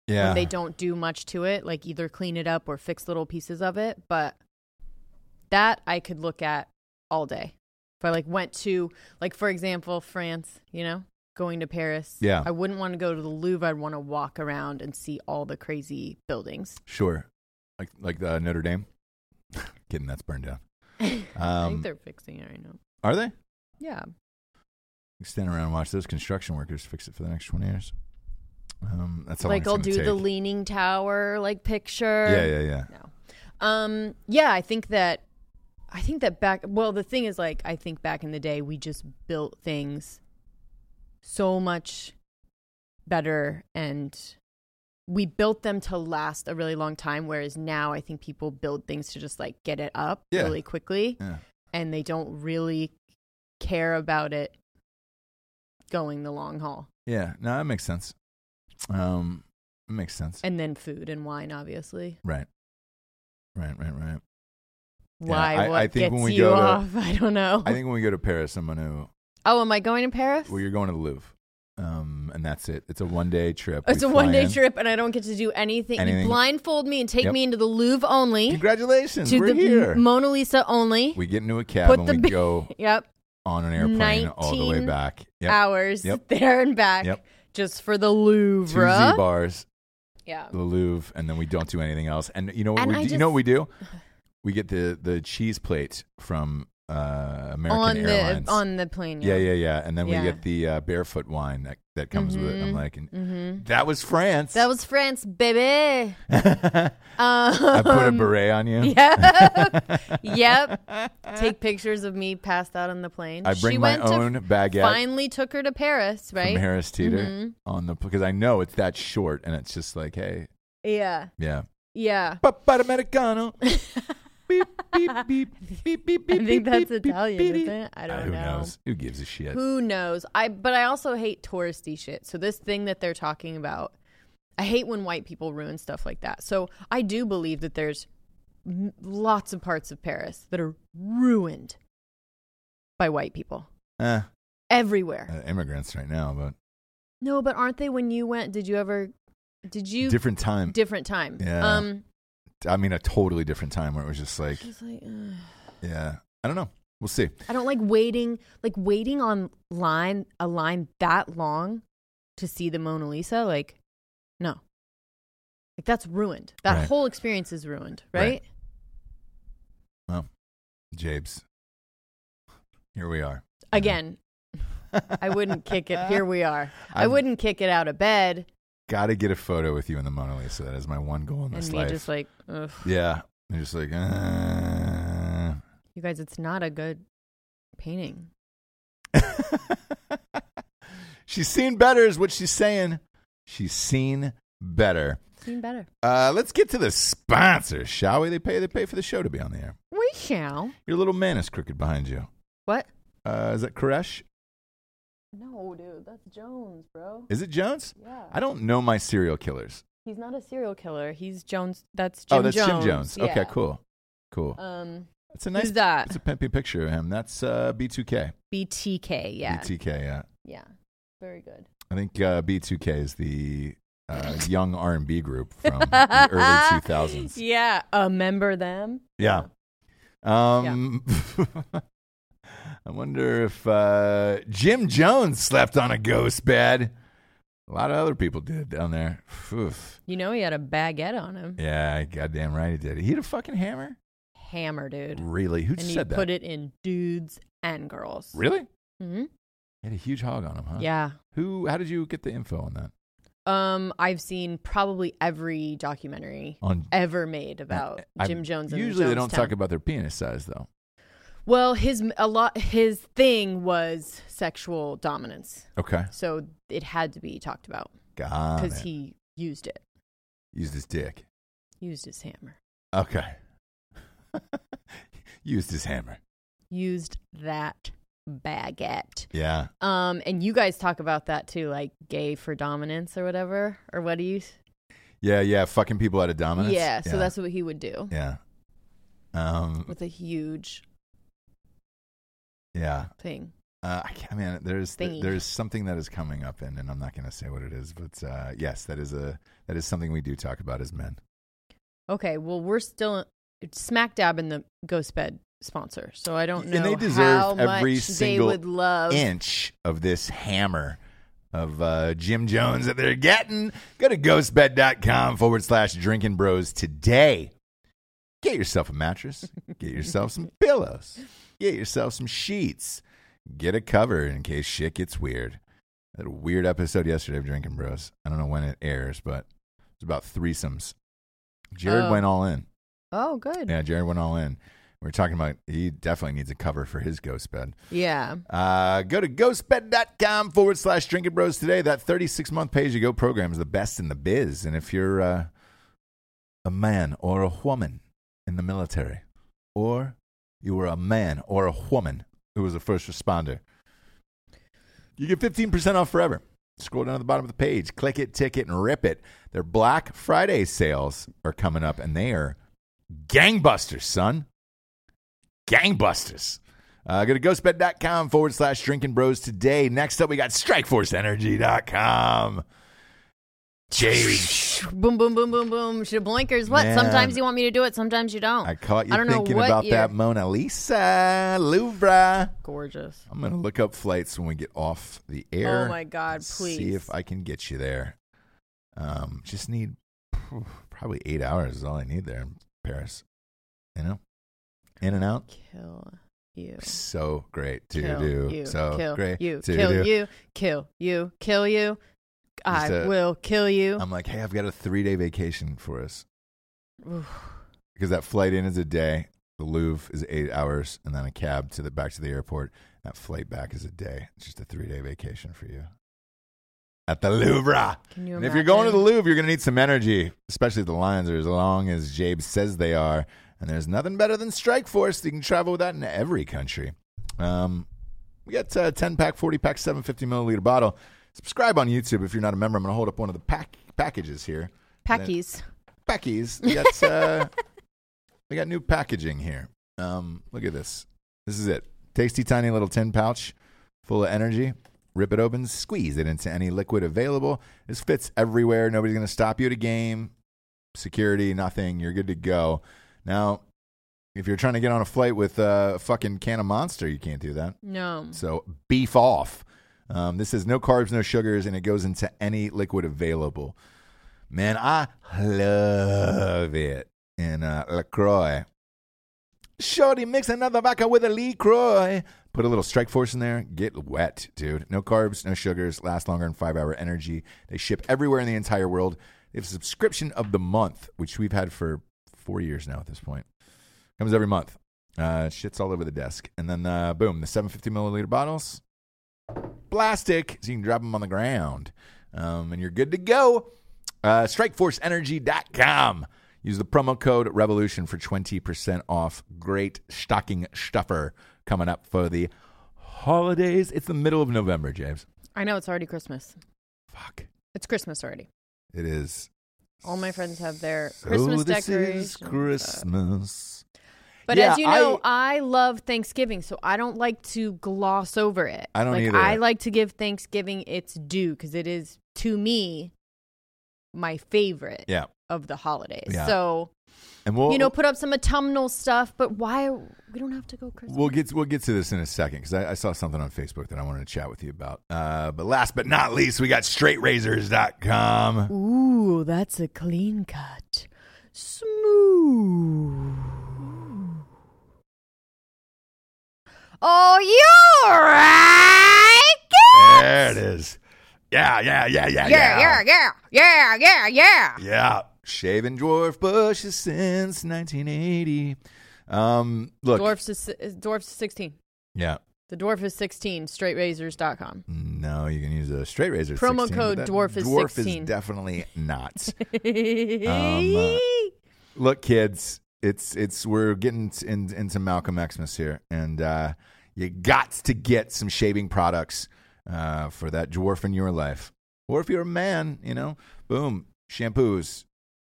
Speaker 2: Yeah.
Speaker 3: When they don't do much to it, like either clean it up or fix little pieces of it. But that I could look at all day. If I like went to, like for example, France, you know, going to Paris.
Speaker 2: Yeah.
Speaker 3: I wouldn't want to go to the Louvre. I'd want to walk around and see all the crazy buildings.
Speaker 2: Sure. Like like uh, Notre Dame. Kidding, that's burned down.
Speaker 3: I
Speaker 2: Um,
Speaker 3: think they're fixing it right now.
Speaker 2: are they?
Speaker 3: Yeah.
Speaker 2: You Stand around and watch those construction workers fix it for the next twenty years. Um, that's how
Speaker 3: Like I'll
Speaker 2: long it's
Speaker 3: do
Speaker 2: gonna
Speaker 3: the
Speaker 2: take.
Speaker 3: Leaning Tower like picture.
Speaker 2: Yeah, yeah, yeah.
Speaker 3: No. Um yeah, I think that I think that back well the thing is like I think back in the day we just built things so much better and we built them to last a really long time whereas now I think people build things to just like get it up
Speaker 2: Yeah.
Speaker 3: really quickly
Speaker 2: Yeah.
Speaker 3: and they don't really care about it going the long haul.
Speaker 2: Yeah. No, that makes sense. Um, it makes sense.
Speaker 3: And then food and wine obviously.
Speaker 2: right. Right. Right. Right. Yeah,
Speaker 3: Why
Speaker 2: I-
Speaker 3: what
Speaker 2: I think
Speaker 3: gets
Speaker 2: when we
Speaker 3: you
Speaker 2: go to-
Speaker 3: off? I don't know.
Speaker 2: I think when we go to Paris, I'm gonna.
Speaker 3: Oh, am I going to Paris?
Speaker 2: Well, you're going to the Louvre, um, and that's it. It's a one day trip.
Speaker 3: it's
Speaker 2: We
Speaker 3: a one
Speaker 2: fly
Speaker 3: day
Speaker 2: in.
Speaker 3: trip and I don't get to do anything.
Speaker 2: Anything.
Speaker 3: You blindfold me and take
Speaker 2: Yep.
Speaker 3: me into the Louvre only,
Speaker 2: Congratulations,
Speaker 3: to
Speaker 2: we're
Speaker 3: the
Speaker 2: here.
Speaker 3: Mona Lisa only.
Speaker 2: we get into a cab
Speaker 3: Put
Speaker 2: and
Speaker 3: the
Speaker 2: we
Speaker 3: bi-
Speaker 2: go
Speaker 3: yep.
Speaker 2: on an airplane all the way
Speaker 3: 19
Speaker 2: back. Yep.
Speaker 3: Hours
Speaker 2: Yep.
Speaker 3: there and back
Speaker 2: Yep.
Speaker 3: just for the
Speaker 2: Two
Speaker 3: Louvre.
Speaker 2: Z bars,
Speaker 3: yeah.
Speaker 2: the Louvre, and then we don't do anything else. And you know what
Speaker 3: And
Speaker 2: we
Speaker 3: I
Speaker 2: do, you know
Speaker 3: just-
Speaker 2: what we do? We get the the cheese plates from uh, American
Speaker 3: on
Speaker 2: Airlines.
Speaker 3: the on the plane.
Speaker 2: yeah, yeah, yeah. And then
Speaker 3: Yeah.
Speaker 2: we get the uh, barefoot wine that, that comes with it. I'm like, and
Speaker 3: Mm-hmm.
Speaker 2: that was France.
Speaker 3: That was France, baby. Um,
Speaker 2: I put a beret on you.
Speaker 3: Yep. yep. Take pictures of me passed out on the plane.
Speaker 2: I
Speaker 3: she
Speaker 2: bring my
Speaker 3: went to
Speaker 2: own baguette
Speaker 3: finally took her to Paris,
Speaker 2: from
Speaker 3: right?
Speaker 2: Harris Teeter
Speaker 3: Mhm.
Speaker 2: on the because I know it's that short and it's just like, hey,
Speaker 3: Yeah.
Speaker 2: yeah.
Speaker 3: Yeah.
Speaker 2: Papa Americano. beep, beep, beep, beep, beep,
Speaker 3: I
Speaker 2: beep,
Speaker 3: think
Speaker 2: beep,
Speaker 3: that's
Speaker 2: beep,
Speaker 3: Italian,
Speaker 2: beep,
Speaker 3: isn't
Speaker 2: beep.
Speaker 3: it? I
Speaker 2: Uh,
Speaker 3: don't
Speaker 2: Who
Speaker 3: know.
Speaker 2: knows? Who gives a shit?
Speaker 3: Who knows? I but I also hate touristy shit. So this thing that they're talking about, I hate when white people ruin stuff like that. So I do believe that there's m- lots of parts of Paris that are ruined by white people
Speaker 2: Eh,
Speaker 3: everywhere.
Speaker 2: uh, immigrants right now, but
Speaker 3: No, but aren't they when you went? Did you ever did you
Speaker 2: different time.
Speaker 3: different time?
Speaker 2: Yeah.
Speaker 3: Um
Speaker 2: I mean, a totally different time where it was just like,
Speaker 3: I uh, was like, ugh.
Speaker 2: yeah, I don't know. We'll see.
Speaker 3: I don't like waiting, like waiting on line a line that long to see the Mona Lisa. Like, no, like that's ruined. That
Speaker 2: Right.
Speaker 3: whole experience is ruined,
Speaker 2: Right.
Speaker 3: right?
Speaker 2: Jabes, here we are.
Speaker 3: Again, I wouldn't kick it. Here we are. I
Speaker 2: I've-
Speaker 3: wouldn't kick it out of bed
Speaker 2: Got to get a photo with you in the Mona Lisa. That is my one goal in this
Speaker 3: and me
Speaker 2: life.
Speaker 3: just like, Ugh.
Speaker 2: yeah, I'm just like, uh...
Speaker 3: you guys, it's not a good painting.
Speaker 2: she's seen better, is what she's saying. She's seen better.
Speaker 3: Seen better.
Speaker 2: Uh, let's get to the sponsor, shall we? They pay. They pay for the show to be on the air.
Speaker 3: We shall.
Speaker 2: Your little man is crooked behind you.
Speaker 3: What?
Speaker 2: Uh, is that Koresh?
Speaker 3: No, dude, that's Jones, bro.
Speaker 2: Is it Jones?
Speaker 3: Yeah.
Speaker 2: I don't know my serial killers.
Speaker 3: He's not a serial killer. He's Jones. That's Jim
Speaker 2: oh, that's
Speaker 3: Jones.
Speaker 2: Jim Jones. Okay,
Speaker 3: Yeah.
Speaker 2: cool. Cool.
Speaker 3: Um,
Speaker 2: It's a nice
Speaker 3: who's that?
Speaker 2: It's a pimpy picture of him. That's uh, B2K.
Speaker 3: BTK. Yeah.
Speaker 2: B2K, yeah.
Speaker 3: Yeah. Very good.
Speaker 2: I think uh, B2K is the uh, young R&B group from Um, the early 2000s.
Speaker 3: Yeah. Uh, remember them?
Speaker 2: Yeah. Um, I wonder if uh, Jim Jones slept on a ghost bed. A lot of other people did down there. Oof.
Speaker 3: You know, he had a baguette on him.
Speaker 2: Yeah, goddamn right he did. He had a fucking hammer.
Speaker 3: Hammer, dude.
Speaker 2: Really? Who
Speaker 3: and he
Speaker 2: said that?
Speaker 3: put it in dudes and girls.
Speaker 2: really?
Speaker 3: hmm
Speaker 2: He had a huge hog on him, huh?
Speaker 3: Yeah.
Speaker 2: Who? How did you get the info on that?
Speaker 3: Um, I've seen probably every documentary
Speaker 2: On
Speaker 3: ever made about
Speaker 2: I-
Speaker 3: Jim Jones. And
Speaker 2: Usually they don't
Speaker 3: Jonestown.
Speaker 2: talk about their penis size though.
Speaker 3: Well, his a lot. His thing was sexual dominance,
Speaker 2: Okay,
Speaker 3: so it had to be talked about
Speaker 2: got
Speaker 3: because
Speaker 2: it.
Speaker 3: he used it,
Speaker 2: used his dick.
Speaker 3: used his hammer,
Speaker 2: Okay, used his hammer.
Speaker 3: used that baguette.
Speaker 2: Yeah,
Speaker 3: Um, and you guys talk about that too, like gay for dominance or whatever, or what do you?
Speaker 2: yeah, yeah. Fucking people out of dominance.
Speaker 3: Yeah, so that's what he would do
Speaker 2: yeah. Um,
Speaker 3: with a huge
Speaker 2: yeah.
Speaker 3: thing.
Speaker 2: Uh, I can't, man, there's
Speaker 3: Thingy.
Speaker 2: there's something that is coming up, and, and I'm not going to say what it is, but uh, yes, that is a that is something we do talk about as men.
Speaker 3: Okay, well, we're still smack dab in the ghost bed sponsor, so I don't know
Speaker 2: And they deserve
Speaker 3: how
Speaker 2: every
Speaker 3: much they
Speaker 2: single
Speaker 3: would love.
Speaker 2: inch of this hammer of uh, Jim Jones that they're getting. Go to ghostbed.com forward slash drinking bros today. Get yourself a mattress, get yourself some pillows, get yourself some sheets, get a cover in case shit gets weird. That weird episode yesterday of Drinking Bros. I don't know when it airs, but it's about threesomes. Jared
Speaker 3: Oh.
Speaker 2: went all in.
Speaker 3: Oh, good.
Speaker 2: Yeah, Jared went all in. We are talking about he definitely needs a cover for his ghost bed.
Speaker 3: yeah.
Speaker 2: Uh, go to ghostbed.com forward slash drinking bros today. That 36 month pay as you go program is the best in the biz. And if you're uh, a man or a woman in the military, or you were a man or a woman who was a first responder, you get 15% off forever. Scroll down to the bottom of the page, click it, tick it, and rip it. Their Black Friday sales are coming up, and they are gangbusters, son. Gangbusters. Uh, go to ghostbed.com forward slash drinking bros today. Next up, we got strikeforceenergy.com. Jeez.
Speaker 3: Boom, boom, boom, boom, boom. Should blinkers. What?
Speaker 2: Man.
Speaker 3: Sometimes you want me to do it. Sometimes you don't.
Speaker 2: I caught you
Speaker 3: Oh, don't know
Speaker 2: thinking
Speaker 3: what
Speaker 2: about
Speaker 3: you're-
Speaker 2: that Mona Lisa Louvre.
Speaker 3: Gorgeous.
Speaker 2: I'm going to look up flights when we get off the air.
Speaker 3: Oh my God!
Speaker 2: and
Speaker 3: Please.
Speaker 2: See if I can get you there. Um, just need phew, probably eight hours is all I need there in Paris. You know? In and out.
Speaker 3: kill you.
Speaker 2: So great to
Speaker 3: kill
Speaker 2: do.
Speaker 3: You,
Speaker 2: so
Speaker 3: kill
Speaker 2: great
Speaker 3: You
Speaker 2: to do.
Speaker 3: kill you. Kill you. Kill you. I
Speaker 2: Just, uh,
Speaker 3: will kill you.
Speaker 2: I'm like, hey, I've got a three day vacation for us
Speaker 3: Oof.
Speaker 2: because that flight in is a day. The Louvre is eight hours, and then a cab to the back to the airport. That flight back is a day. It's just a three day vacation for you at the Louvre.
Speaker 3: Can you
Speaker 2: And if you're going to the
Speaker 3: imagine?
Speaker 2: Louvre, you're going to need some energy, especially if the lines are as long as Jabe says they are. And there's nothing better than Strike Force. You can travel with that in every country. Um, we got uh, 10 pack, 40 pack, 750 milliliter bottle. Subscribe on YouTube if you're not a member. I'm going to hold up one of the pack- packages here.
Speaker 3: Packies.
Speaker 2: Packies. We got, uh, we got new packaging here. Um, look at this. This is it. Tasty, tiny little tin pouch full of energy. Rip it open, squeeze it into any liquid available. This fits everywhere. Nobody's going to stop you at a game. Security, nothing. You're good to go. Now, if you're trying to get on a flight with a fucking can of monster, you can't do that.
Speaker 3: No.
Speaker 2: So beef off. Um, this says no carbs, no sugars, and it goes into any liquid available. Man, I love it. And uh, LaCroix. Shorty, mix another vodka with a LaCroix. Put a little strike force in there. Get wet, dude. No carbs, no sugars. Last longer than five hour energy. They ship everywhere in the entire world. They have a subscription of the month, which we've had for four years now at this point. Comes every month. Uh, shit's all over the desk. And then, uh, boom, the 750 milliliter bottles, plastic, so you can drop them on the ground. Um, and you're good to go. Uh, StrikeForceEnergy.com. Use the promo code REVOLUTION for 20% off. Great stocking stuffer coming up for the holidays. It's the middle of November, James.
Speaker 3: I know it's already Christmas.
Speaker 2: Fuck.
Speaker 3: It's Christmas already.
Speaker 2: It is.
Speaker 3: All my friends have their
Speaker 2: So
Speaker 3: Christmas
Speaker 2: this
Speaker 3: decorations.
Speaker 2: is
Speaker 3: up.
Speaker 2: Christmas.
Speaker 3: But
Speaker 2: Yeah,
Speaker 3: as you know, I, love Thanksgiving, so I don't like to gloss over it.
Speaker 2: I don't
Speaker 3: like,
Speaker 2: either.
Speaker 3: I like to give Thanksgiving its due because it is to me my favorite
Speaker 2: Yeah.
Speaker 3: of the holidays.
Speaker 2: Yeah.
Speaker 3: So
Speaker 2: And we'll
Speaker 3: you know, put up some autumnal stuff, but why we don't have to go Christmas?
Speaker 2: we'll get we'll get to this in a second because I, I saw something on Facebook that I wanted to chat with you about. Uh, but last but not least, we got straightrazors.com.
Speaker 3: Ooh, that's a clean cut, smooth. Oh, you right?
Speaker 2: There it is. Yeah, yeah, yeah, yeah, yeah, yeah,
Speaker 3: yeah, yeah, yeah, yeah.
Speaker 2: yeah. Shaving dwarf bushes since 1980. Um, look,
Speaker 3: Dwarfs is, is dwarfs is sixteen.
Speaker 2: yeah.
Speaker 3: The dwarf is sixteen. Straightrazors.com.
Speaker 2: No, you can use a straight razor.
Speaker 3: Promo
Speaker 2: 16, but
Speaker 3: code
Speaker 2: that
Speaker 3: dwarf is
Speaker 2: dwarf
Speaker 3: 16.
Speaker 2: is definitely not.
Speaker 3: um,
Speaker 2: uh, look kids it's it's we're getting t- in, into malcolm xmas here and uh you got to get some shaving products uh for that dwarf in your life or if you're a man you know boom shampoos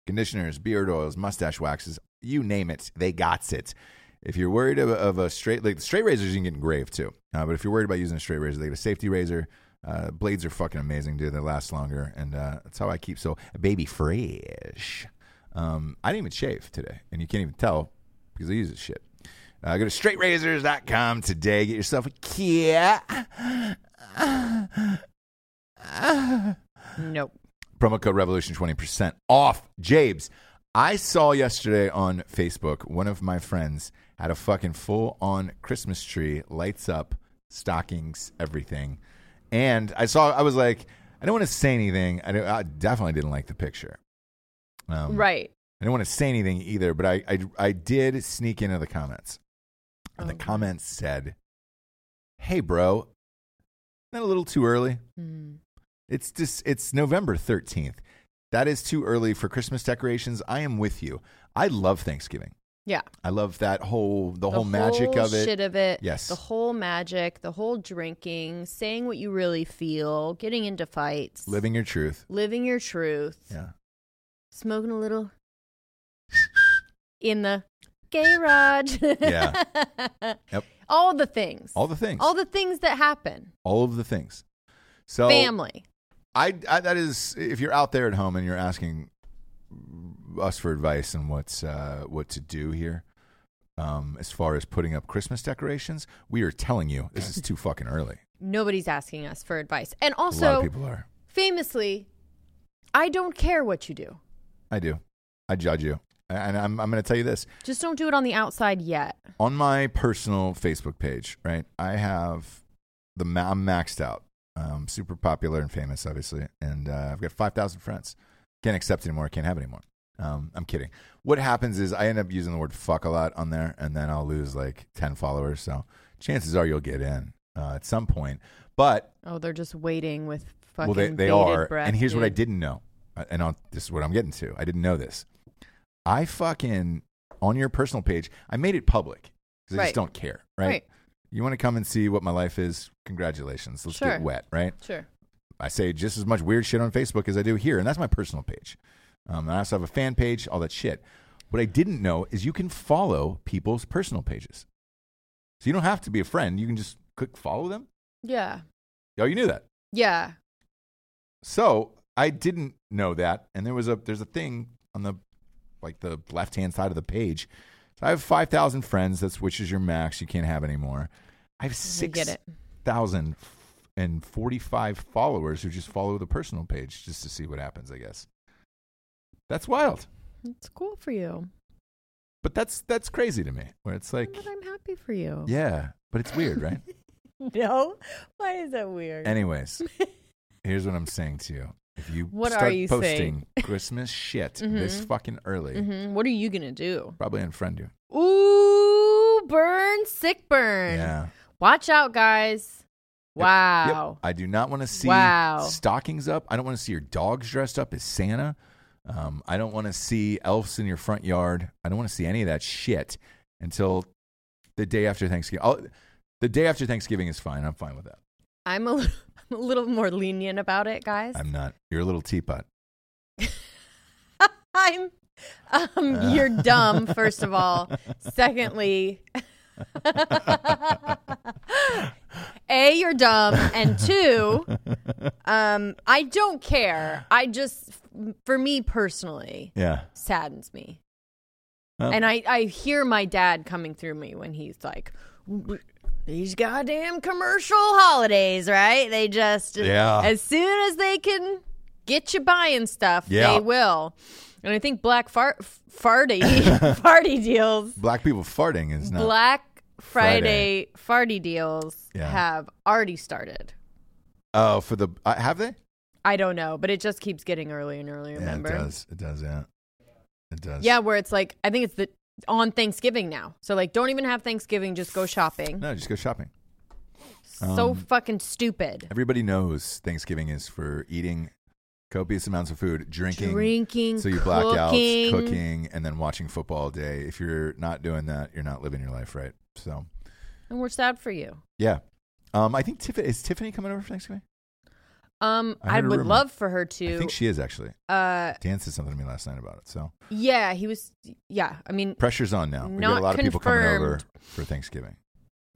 Speaker 2: conditioners beard oils mustache waxes you name it they got it if you're worried of, of a straight like straight razors you can get engraved too uh, but if you're worried about using a straight razor they get a safety razor uh, blades are fucking amazing dude they last longer and uh, that's how i keep so baby fresh um, I didn't even shave today, and you can't even tell because I use this shit. Uh, go to straightrazors.com today. Get yourself a Kia.
Speaker 3: nope.
Speaker 2: Promo code Revolution 20% off. Jabes, I saw yesterday on Facebook one of my friends had a fucking full on Christmas tree, lights up, stockings, everything. And I saw, I was like, I don't want to say anything. I, don't- I definitely didn't like the picture. Um,
Speaker 3: Right.
Speaker 2: I didn't want to say anything either, but I, I, I did sneak into the comments. And the
Speaker 3: Oh.
Speaker 2: comments said, Hey, bro, isn't that a little too early?
Speaker 3: Mm.
Speaker 2: It's just, it's November 13th. That is too early for Christmas decorations. I am with you. I love Thanksgiving.
Speaker 3: Yeah.
Speaker 2: I love that whole, the, whole magic of it.
Speaker 3: Shit of it.
Speaker 2: Yes.
Speaker 3: The whole magic. The whole drinking. Saying what you really feel. Getting into fights.
Speaker 2: Living your truth.
Speaker 3: Living your truth.
Speaker 2: Yeah.
Speaker 3: Smoking a little. in the garage.
Speaker 2: Yeah. Yep.
Speaker 3: All the things.
Speaker 2: All the things.
Speaker 3: All the things that happen.
Speaker 2: All of the things. So,
Speaker 3: Family.
Speaker 2: I, I that is if you're out there at home and you're asking us for advice on what's uh, what to do here um, as far as putting up Christmas decorations, we are telling you this is too fucking early.
Speaker 3: Nobody's asking us for advice. And
Speaker 2: a lot of
Speaker 3: also,
Speaker 2: people are.
Speaker 3: famously, I don't care what you do.
Speaker 2: I do. I judge you, and I'm I'm going to tell you this
Speaker 3: Just don't do it on the outside yet.
Speaker 2: on my personal Facebook page. Right, I have the ma- I'm maxed out. Um, super popular and famous, obviously, and uh, I've got five thousand friends. Can't accept anymore. Can't have anymore. Um, I'm kidding. What happens is I end up using the word fuck a lot on there, and then I'll lose like 10 followers. So chances are you'll get in uh, at some point. But,
Speaker 3: Oh, they're just waiting with fucking
Speaker 2: well, they, they
Speaker 3: bated
Speaker 2: are.
Speaker 3: breath.
Speaker 2: and here's what I
Speaker 3: dude.
Speaker 2: didn't know. Uh, And I'll, this is what I'm getting to. I didn't know this. I fucking, on your personal page, I made it public because I
Speaker 3: Right.
Speaker 2: just don't care, right? You want to come and see what my life is? Congratulations. Let's
Speaker 3: Sure.
Speaker 2: get wet, right?
Speaker 3: Sure.
Speaker 2: I say just as much weird shit on Facebook as I do here, and that's my personal page. Um, and I also have a fan page, all that shit. What I didn't know is you can follow people's personal pages, so you don't have to be a friend. You can just click follow them.
Speaker 3: Yeah.
Speaker 2: Oh, you knew that.
Speaker 3: Yeah.
Speaker 2: So I didn't know that, and there was a there's a thing on the like the left hand side of the page. So I have five thousand friends. That's which is your max. You can't have anymore. I have
Speaker 3: I
Speaker 2: six
Speaker 3: get it.
Speaker 2: thousand and forty-five followers who just follow the personal page just to see what happens. I guess that's wild,
Speaker 3: It's cool for you.
Speaker 2: but that's that's crazy to me. Where it's like,
Speaker 3: But I'm happy for you.
Speaker 2: yeah, but it's weird, right?
Speaker 3: No? Why is that weird?
Speaker 2: Anyways, here's what I'm saying to you: if you
Speaker 3: What are
Speaker 2: start
Speaker 3: you
Speaker 2: posting
Speaker 3: saying? Mm-hmm.
Speaker 2: Christmas shit this fucking early,
Speaker 3: hmm What are you going to do?
Speaker 2: probably unfriend you.
Speaker 3: Ooh, burn, sick burn.
Speaker 2: Yeah.
Speaker 3: Watch out, guys.
Speaker 2: Yep. Yep.
Speaker 3: Wow.
Speaker 2: I do not want to see
Speaker 3: Wow.
Speaker 2: stockings up. I don't want to see your dogs dressed up as Santa. Um, I don't want to see elves in your front yard. I don't want to see any of that shit until the day after Thanksgiving. I'll, The day after Thanksgiving is fine. I'm fine with that.
Speaker 3: I'm a, little, I'm a little more lenient about it, guys.
Speaker 2: I'm not. You're a little teapot.
Speaker 3: I'm, um, you're dumb, first of all. Secondly, A, you're dumb, and two, um, I don't care. I just, for me personally,
Speaker 2: Yeah.
Speaker 3: saddens me.
Speaker 2: Oh.
Speaker 3: And I, I hear my dad coming through me when he's like, "W- these goddamn commercial holidays, right? They just,
Speaker 2: Yeah.
Speaker 3: as soon as they can get you buying stuff,
Speaker 2: Yeah.
Speaker 3: they will. And I think Black far- Farty, Farty deals,
Speaker 2: Black people farting is not.
Speaker 3: Black Friday, Farty deals
Speaker 2: Yeah.
Speaker 3: have already started.
Speaker 2: Oh, for the uh, have they?
Speaker 3: I don't know, but it just keeps getting earlier and earlier, remember?
Speaker 2: Yeah, it does. It does. Yeah, it does.
Speaker 3: Yeah, where it's like I think it's the on Thanksgiving now. So like don't even have Thanksgiving, just go shopping.
Speaker 2: No, Um, just go shopping.
Speaker 3: so fucking stupid.
Speaker 2: Everybody knows Thanksgiving is for eating copious amounts of food, drinking,
Speaker 3: Drinking,
Speaker 2: so you blackouts,
Speaker 3: cooking.
Speaker 2: cooking, and then watching football all day. If you're not doing that, you're not living your life right. So,
Speaker 3: And we're sad for you.
Speaker 2: yeah. Um, I think Tiff- is Tiffany coming over for Thanksgiving?
Speaker 3: Um
Speaker 2: I heard
Speaker 3: I,
Speaker 2: a
Speaker 3: would
Speaker 2: rumor.
Speaker 3: love for her
Speaker 2: I
Speaker 3: to
Speaker 2: think she is actually.
Speaker 3: uh
Speaker 2: Dan said something to me last night about it. So
Speaker 3: yeah, he was yeah, I mean
Speaker 2: pressure's on now. we got
Speaker 3: Not
Speaker 2: a lot of people coming over
Speaker 3: confirmed.
Speaker 2: for Thanksgiving.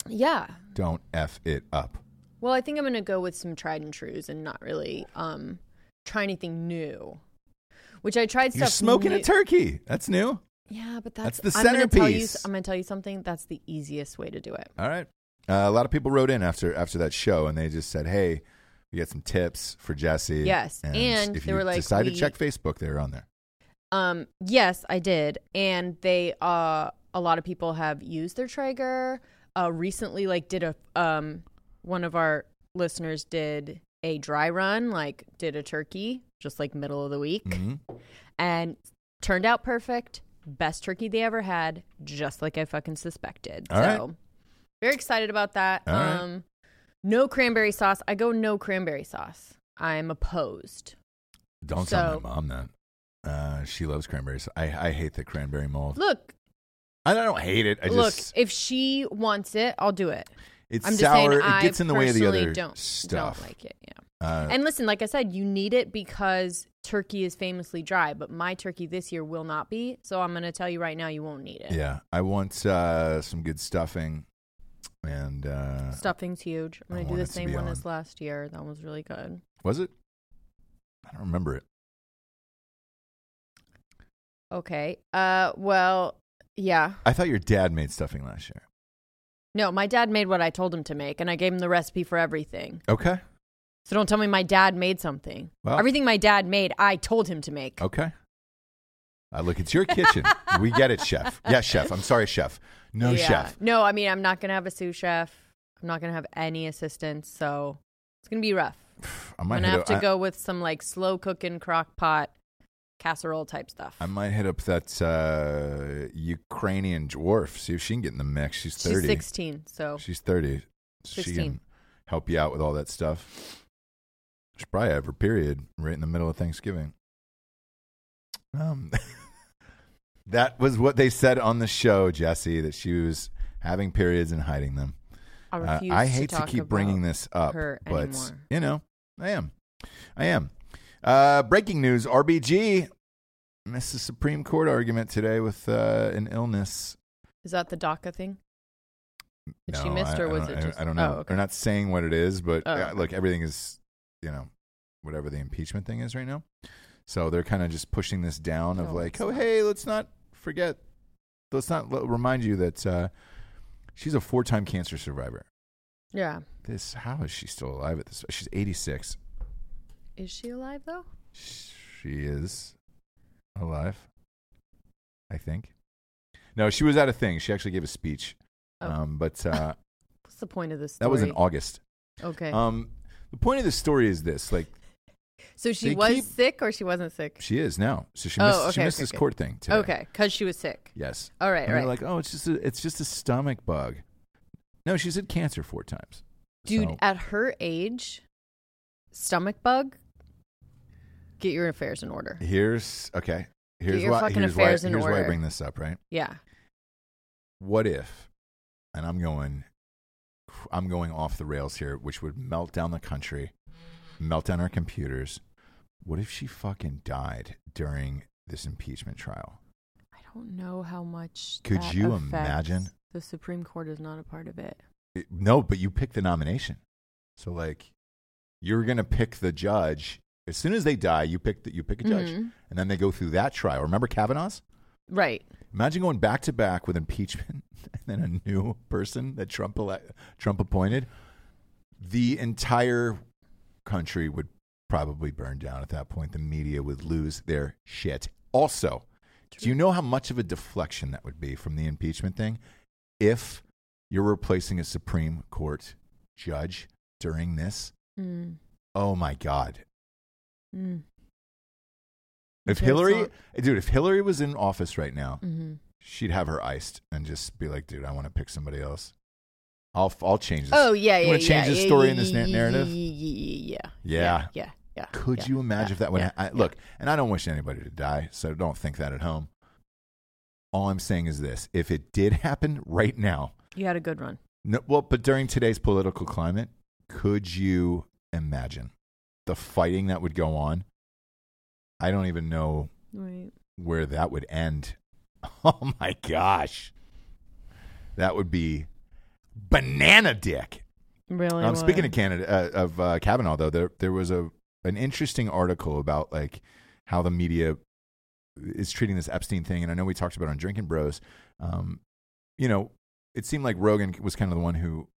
Speaker 3: yeah.
Speaker 2: Don't f it up.
Speaker 3: Well, I think I'm going to go with some tried and trues and not really um try anything new. Which I tried
Speaker 2: You're
Speaker 3: stuff
Speaker 2: smoking
Speaker 3: new-
Speaker 2: a turkey. That's new.
Speaker 3: Yeah, but that's,
Speaker 2: That's the
Speaker 3: I'm gonna tell you
Speaker 2: centerpiece.
Speaker 3: s- I'm going to tell you something. That's the easiest way to do it.
Speaker 2: All right. Uh, a lot of people wrote in after after that show, and they just said, "Hey, we got some tips for Jesse."
Speaker 3: Yes, and
Speaker 2: if
Speaker 3: they
Speaker 2: you
Speaker 3: were like,
Speaker 2: decide to
Speaker 3: we-
Speaker 2: check Facebook, they're on there.
Speaker 3: Um, yes, I did, and they uh, a lot of people have used their Traeger. Uh, recently, like did a um, one of our listeners did a dry run, like did a turkey, just like middle of the week,
Speaker 2: Mhm.
Speaker 3: and turned out perfect. Best turkey they ever had, just like I fucking suspected.
Speaker 2: All
Speaker 3: so, very excited about that.
Speaker 2: All right.
Speaker 3: um, no cranberry sauce. I go no cranberry sauce. I'm opposed.
Speaker 2: Don't tell
Speaker 3: So-
Speaker 2: my mom that. Uh, she loves cranberries. I, I hate the cranberry mold.
Speaker 3: Look,
Speaker 2: I don't hate it. I
Speaker 3: look,
Speaker 2: just
Speaker 3: if she wants it, I'll do it.
Speaker 2: it's
Speaker 3: I'm just
Speaker 2: sour.
Speaker 3: saying,
Speaker 2: it gets
Speaker 3: I
Speaker 2: in the way of the
Speaker 3: personally
Speaker 2: other
Speaker 3: don't,
Speaker 2: stuff.
Speaker 3: Don't like it, yeah.
Speaker 2: uh,
Speaker 3: And listen, like I said, you need it because turkey is famously dry, but my turkey this year will not be. So I'm going to tell you right now, you won't need it.
Speaker 2: yeah, I want uh, some good stuffing, and uh,
Speaker 3: Stuffing's huge. I'm
Speaker 2: I
Speaker 3: going to
Speaker 2: want
Speaker 3: do the
Speaker 2: it to
Speaker 3: same
Speaker 2: be
Speaker 3: one
Speaker 2: on.
Speaker 3: as last year. That was really good.
Speaker 2: was it? I don't remember it.
Speaker 3: Okay. Uh, well, yeah.
Speaker 2: I thought your dad made stuffing last year.
Speaker 3: No, my dad made what I told him to make, and I gave him the recipe for everything.
Speaker 2: Okay.
Speaker 3: So don't tell me my dad made something.
Speaker 2: Well-
Speaker 3: Everything my dad made, I told him to make.
Speaker 2: Okay. I look, it's your kitchen. we get it, chef. Yes, chef. I'm sorry, chef. No,
Speaker 3: Yeah.
Speaker 2: chef.
Speaker 3: No, I mean, I'm not going to have a sous chef. I'm not going to have any assistants. So it's going to be rough.
Speaker 2: I
Speaker 3: I'm
Speaker 2: might,
Speaker 3: going to
Speaker 2: hit
Speaker 3: have
Speaker 2: up,
Speaker 3: to
Speaker 2: I-
Speaker 3: go with some like slow cooking crock pot casserole type stuff.
Speaker 2: I might hit up that uh, Ukrainian dwarf, see if she can get in the mix. She's
Speaker 3: She's
Speaker 2: 30.
Speaker 3: 16. So
Speaker 2: She's 30. So She
Speaker 3: 16.
Speaker 2: can help you out with all that stuff. She probably have her period right in the middle of Thanksgiving. Um, that was what they said on the show, Jesse, that she was having periods and hiding them.
Speaker 3: I
Speaker 2: Uh,
Speaker 3: refuse
Speaker 2: I hate to,
Speaker 3: talk
Speaker 2: keep bringing
Speaker 3: about
Speaker 2: this up,
Speaker 3: her
Speaker 2: but
Speaker 3: anymore.
Speaker 2: you know, I am. I am. Uh, breaking news: RBG missed the Supreme Court argument today with uh, an illness.
Speaker 3: Is that the DACA thing? Did she
Speaker 2: No,
Speaker 3: miss
Speaker 2: I-
Speaker 3: or
Speaker 2: I
Speaker 3: was
Speaker 2: don't-
Speaker 3: it
Speaker 2: I-
Speaker 3: just
Speaker 2: I don't know.
Speaker 3: Oh, okay.
Speaker 2: They're not saying what it is, but
Speaker 3: Oh,
Speaker 2: uh,
Speaker 3: okay.
Speaker 2: look, everything is, you know, whatever the impeachment thing is right now. So they're kind of just pushing this down of
Speaker 3: No,
Speaker 2: like,
Speaker 3: it's
Speaker 2: oh
Speaker 3: not.
Speaker 2: hey, let's not forget, let's not l- remind you that uh, she's a four-time cancer survivor.
Speaker 3: Yeah.
Speaker 2: This how is she still alive at this? She's 86.
Speaker 3: Is she alive though?
Speaker 2: She is alive, I think. No, she was at a thing. She actually gave a speech,
Speaker 3: Oh.
Speaker 2: um, but uh,
Speaker 3: What's the point of this story?
Speaker 2: that was in August.
Speaker 3: Okay.
Speaker 2: Um, the point of the story is this: like
Speaker 3: so she
Speaker 2: they
Speaker 3: was
Speaker 2: keep-
Speaker 3: sick or she wasn't sick?
Speaker 2: she is now, so she
Speaker 3: Oh,
Speaker 2: missed, she
Speaker 3: okay,
Speaker 2: missed
Speaker 3: okay,
Speaker 2: this
Speaker 3: okay.
Speaker 2: court thing today.
Speaker 3: Okay, cuz she was sick.
Speaker 2: Yes.
Speaker 3: All right,
Speaker 2: And they're
Speaker 3: right.
Speaker 2: like, oh, it's just a, it's just a stomach bug. No, she's had cancer four times.
Speaker 3: Dude,
Speaker 2: So-
Speaker 3: at her age, stomach bug, get your affairs in order.
Speaker 2: here's okay. Here's
Speaker 3: your
Speaker 2: why.
Speaker 3: fucking
Speaker 2: Here's why.
Speaker 3: affairs in
Speaker 2: Here's why I
Speaker 3: order.
Speaker 2: bring this up, right?
Speaker 3: Yeah.
Speaker 2: what if, and I'm going I'm going off the rails here, which would melt down the country, melt down our computers. What if she fucking died during this impeachment trial?
Speaker 3: I don't know how much.
Speaker 2: Could
Speaker 3: that
Speaker 2: you
Speaker 3: affects-
Speaker 2: imagine?
Speaker 3: The Supreme Court is not a part of it.
Speaker 2: It- no, but you pick the nomination. So like, you're gonna pick the judge as soon as they die. You pick the, you pick a judge,
Speaker 3: Mhm.
Speaker 2: and then they go through that trial. Remember Kavanaugh's?
Speaker 3: Right.
Speaker 2: Imagine going back to back with impeachment and then a new person that Trump ele- Trump appointed. The entire country would probably burn down at that point. The media would lose their shit. Also, do you know how much of a deflection that would be from the impeachment thing if you're replacing a Supreme Court judge during this?
Speaker 3: Mm.
Speaker 2: Oh my god.
Speaker 3: Mm.
Speaker 2: If
Speaker 3: Okay, it's
Speaker 2: Hillary,
Speaker 3: not-
Speaker 2: dude, if Hillary was in office right now,
Speaker 3: hmm
Speaker 2: she'd have her iced and just be like, "Dude, I want to pick somebody else. I'll I'll change this."
Speaker 3: Oh yeah,
Speaker 2: You
Speaker 3: yeah.
Speaker 2: wanna
Speaker 3: yeah,
Speaker 2: change the
Speaker 3: yeah,
Speaker 2: story
Speaker 3: yeah,
Speaker 2: in this
Speaker 3: yeah,
Speaker 2: na- narrative?
Speaker 3: Yeah, yeah,
Speaker 2: Yeah.
Speaker 3: yeah, yeah. yeah,
Speaker 2: Could
Speaker 3: yeah,
Speaker 2: you imagine
Speaker 3: yeah,
Speaker 2: if that would
Speaker 3: yeah,
Speaker 2: ha- I,
Speaker 3: yeah.
Speaker 2: look? And I don't wish anybody to die, so don't think that at home. All I'm saying is this: if it did happen right now,
Speaker 3: You had a good run.
Speaker 2: no, well, but during today's political climate, could you imagine the fighting that would go on? I don't even know
Speaker 3: Right.
Speaker 2: where that would end. Oh my gosh, that would be banana dick.
Speaker 3: Really.
Speaker 2: Um, speaking of Canada uh, of uh, Kavanaugh, though, there there was a an interesting article about like how the media is treating this Epstein thing, and I know we talked about it on Drinking Bros. Um, you know, it seemed like Rogan was kind of the one who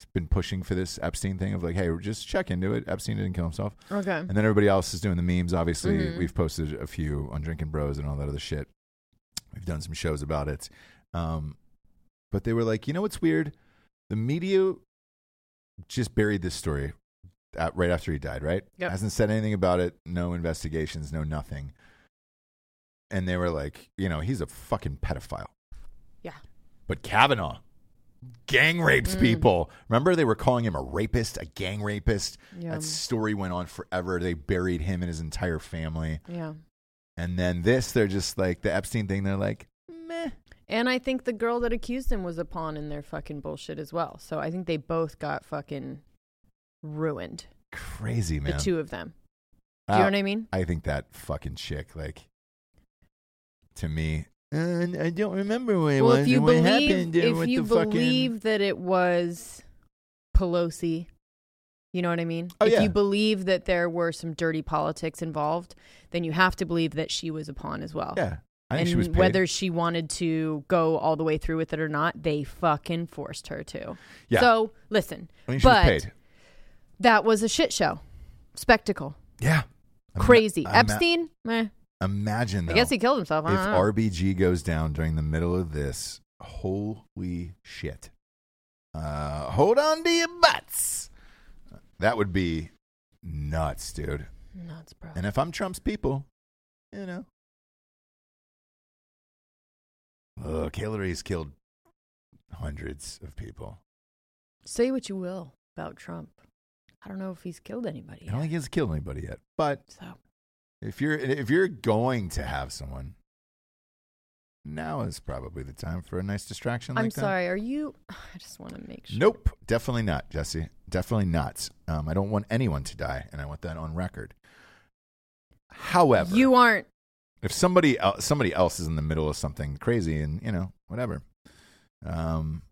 Speaker 2: has been pushing for this Epstein thing of like, hey, just check into it. Epstein didn't kill himself,
Speaker 3: Okay.
Speaker 2: and then everybody else is doing the memes. Obviously,
Speaker 3: Mhm.
Speaker 2: we've posted a few on Drinking Bros and all that other shit. We've done some shows about it, um, but they were like, you know what's weird? The media just buried this story at, right after he died, right?
Speaker 3: Yep.
Speaker 2: Hasn't said anything about it. No investigations. No nothing. And they were like, you know, he's a fucking pedophile.
Speaker 3: Yeah.
Speaker 2: But Kavanaugh gang rapes
Speaker 3: Mm.
Speaker 2: people. Remember, they were calling him a rapist, a gang rapist.
Speaker 3: Yeah.
Speaker 2: That story went on forever. They buried him and his entire family.
Speaker 3: Yeah.
Speaker 2: And then this, they're just like the Epstein thing. They're like, meh.
Speaker 3: And I think the girl that accused him was a pawn in their fucking bullshit as well. So I think they both got fucking ruined.
Speaker 2: Crazy
Speaker 3: The
Speaker 2: man.
Speaker 3: two of them. Do you know what I mean?
Speaker 2: I think that fucking chick, like, to me, uh, I don't remember what it
Speaker 3: well,
Speaker 2: was
Speaker 3: if you
Speaker 2: and what
Speaker 3: believe,
Speaker 2: happened and
Speaker 3: if
Speaker 2: what
Speaker 3: you
Speaker 2: the fucking-
Speaker 3: believe that it was Pelosi, you know what I mean.
Speaker 2: Oh,
Speaker 3: if
Speaker 2: yeah.
Speaker 3: you believe that there were some dirty politics involved, then you have to believe that she was a pawn as well.
Speaker 2: yeah, I think
Speaker 3: and
Speaker 2: she was paid.
Speaker 3: whether she wanted to go all the way through with it or not, they fucking forced her to.
Speaker 2: Yeah.
Speaker 3: So listen,
Speaker 2: I think she
Speaker 3: but
Speaker 2: was paid.
Speaker 3: that was a shit show, spectacle,
Speaker 2: Yeah, Ima-
Speaker 3: crazy.
Speaker 2: ima-
Speaker 3: Epstein, meh.
Speaker 2: imagine though,
Speaker 3: I guess he killed himself. I
Speaker 2: if
Speaker 3: don't know.
Speaker 2: RBG goes down during the middle of this, holy shit! Uh, hold on to your butts. That would be nuts, dude.
Speaker 3: Nuts, bro.
Speaker 2: And if I'm Trump's people, you know. Look, Hillary's killed hundreds of people.
Speaker 3: Say what you will about Trump. I don't know if he's killed anybody.
Speaker 2: I don't
Speaker 3: yet,
Speaker 2: think he's killed anybody yet. But
Speaker 3: so
Speaker 2: if you're if you're going to have someone, now is probably the time for a nice distraction like
Speaker 3: I'm
Speaker 2: that.
Speaker 3: sorry. Are you? I just want to make sure.
Speaker 2: Nope, definitely not, Jesse. Definitely not. Um, I don't want anyone to die, and I want that on record. However,
Speaker 3: You aren't.
Speaker 2: if somebody el- somebody else is in the middle of something crazy and you know whatever um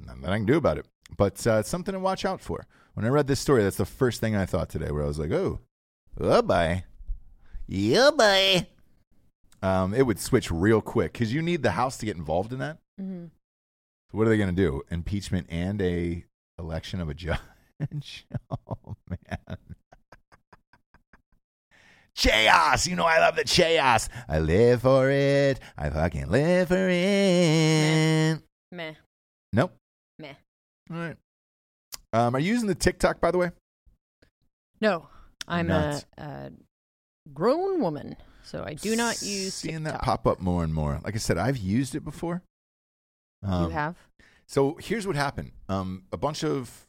Speaker 2: nothing that i can do about it but uh, it's something to watch out for when i read this story that's the first thing i thought today where i was like oh oh bye yeah bye um it would switch real quick because you need the house to get involved in that
Speaker 3: Mhm.
Speaker 2: so what are they going to do impeachment and a election of a judge oh man chaos. You know, I love the chaos. I live for it. I fucking live for it.
Speaker 3: Meh.
Speaker 2: Nope.
Speaker 3: Meh.
Speaker 2: All right. Um, are you using the TikTok, by the way?
Speaker 3: No. I'm a,
Speaker 2: Nuts.
Speaker 3: a grown woman, so I do not use.
Speaker 2: Seeing that
Speaker 3: TikTok.
Speaker 2: pop up more and more. Like I said, I've used it before. um,
Speaker 3: you have.
Speaker 2: So here's what happened. Um, a bunch of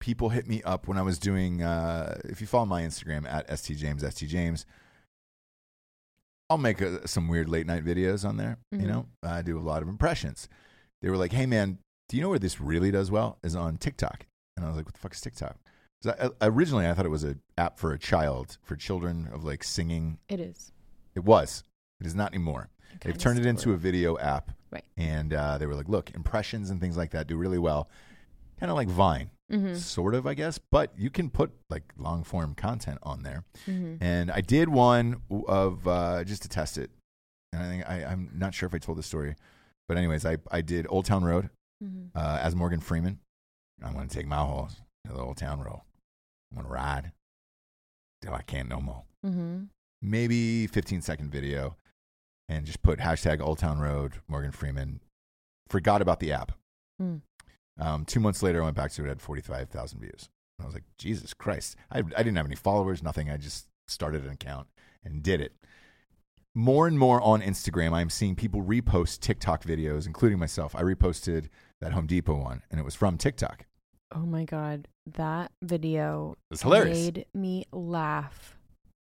Speaker 2: people hit me up when I was doing. Uh, if you follow my Instagram at stjames stjames, I'll make uh some weird late night videos on there. You
Speaker 3: Mhm.
Speaker 2: know, I do a lot of impressions. They were like, "Hey man, Do you know where this really does well? Is on TikTok. And I was like, what the fuck is TikTok? 'Cause I, I- originally, I thought it was an app for a child, for children of like singing.
Speaker 3: It is.
Speaker 2: It was. It is not anymore. They've
Speaker 3: kinda
Speaker 2: turned it
Speaker 3: stole
Speaker 2: into
Speaker 3: it.
Speaker 2: a video app.
Speaker 3: Right.
Speaker 2: And uh, they were like, look, impressions and things like that do really well. Kind of like Vine,
Speaker 3: Mm-hmm.
Speaker 2: sort of, I guess. But you can put like long form content on there.
Speaker 3: Mm-hmm.
Speaker 2: And I did one w- of uh, just to test it. And I think I, I'm not sure if I told the story. But, anyways, I, I did Old Town Road
Speaker 3: Mm-hmm.
Speaker 2: uh, as Morgan Freeman. I'm going to take my horse to the Old Town Road. I'm going to ride till I can't no more
Speaker 3: Mm-hmm.
Speaker 2: maybe 15 second video and just put hashtag Old Town Road, Morgan Freeman. Forgot about the app.
Speaker 3: Hmm.
Speaker 2: Um, two months later, I went back to it, it had 45,000 views. And I was like, Jesus Christ. I, I didn't have any followers, nothing. I just started an account and did it. More and more on Instagram, I'm seeing people repost TikTok videos, including myself. I reposted that Home Depot one, and it was from TikTok.
Speaker 3: Oh my god, that video
Speaker 2: It's hilarious.
Speaker 3: made me laugh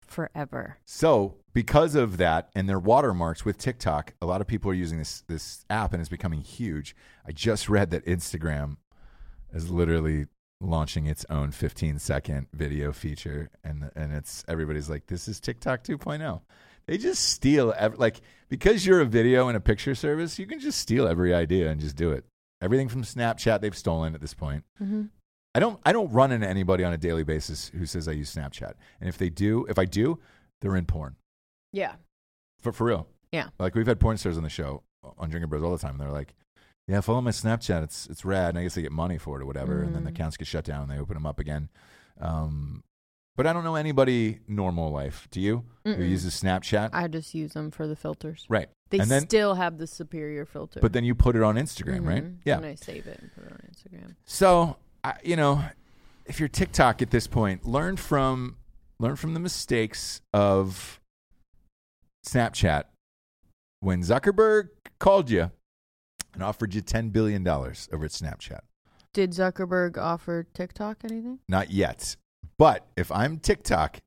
Speaker 3: forever.
Speaker 2: So, because of that and their watermarks with TikTok, a lot of people are using this this app and it's becoming huge. I just read that Instagram is literally launching its own 15 second video feature and and it's everybody's like this is TikTok 2.0. They just steal ev- like because you're a video and a picture service, you can just steal every idea and just do it. Everything from Snapchat they've stolen at this point. I don't I don't run into anybody on a daily basis who says I use Snapchat. And if they do, if I do, they're in porn.
Speaker 3: Yeah.
Speaker 2: For for real.
Speaker 3: Yeah.
Speaker 2: Like we've had porn stars on the show uh, on Drinking Bros all the time and they're like, Yeah, follow my Snapchat, it's it's rad and I guess they get money for it or whatever and
Speaker 3: Mm.
Speaker 2: then the accounts get shut down and they open them up again. Um but I don't know anybody normal life, do you? Who
Speaker 3: Mm-mm.
Speaker 2: uses Snapchat?
Speaker 3: I just use them for the filters.
Speaker 2: right.
Speaker 3: They
Speaker 2: and then
Speaker 3: still have the superior filter.
Speaker 2: but then you put it on Instagram, right?
Speaker 3: Mhm.
Speaker 2: Yeah.
Speaker 3: And I save it and put it on Instagram.
Speaker 2: So, I, you know, if you're TikTok at this point, learn from learn from the mistakes of Snapchat. When Zuckerberg called you and offered you ten billion dollars over at Snapchat,
Speaker 3: Did Zuckerberg offer TikTok anything?
Speaker 2: not yet, but if I'm TikTok,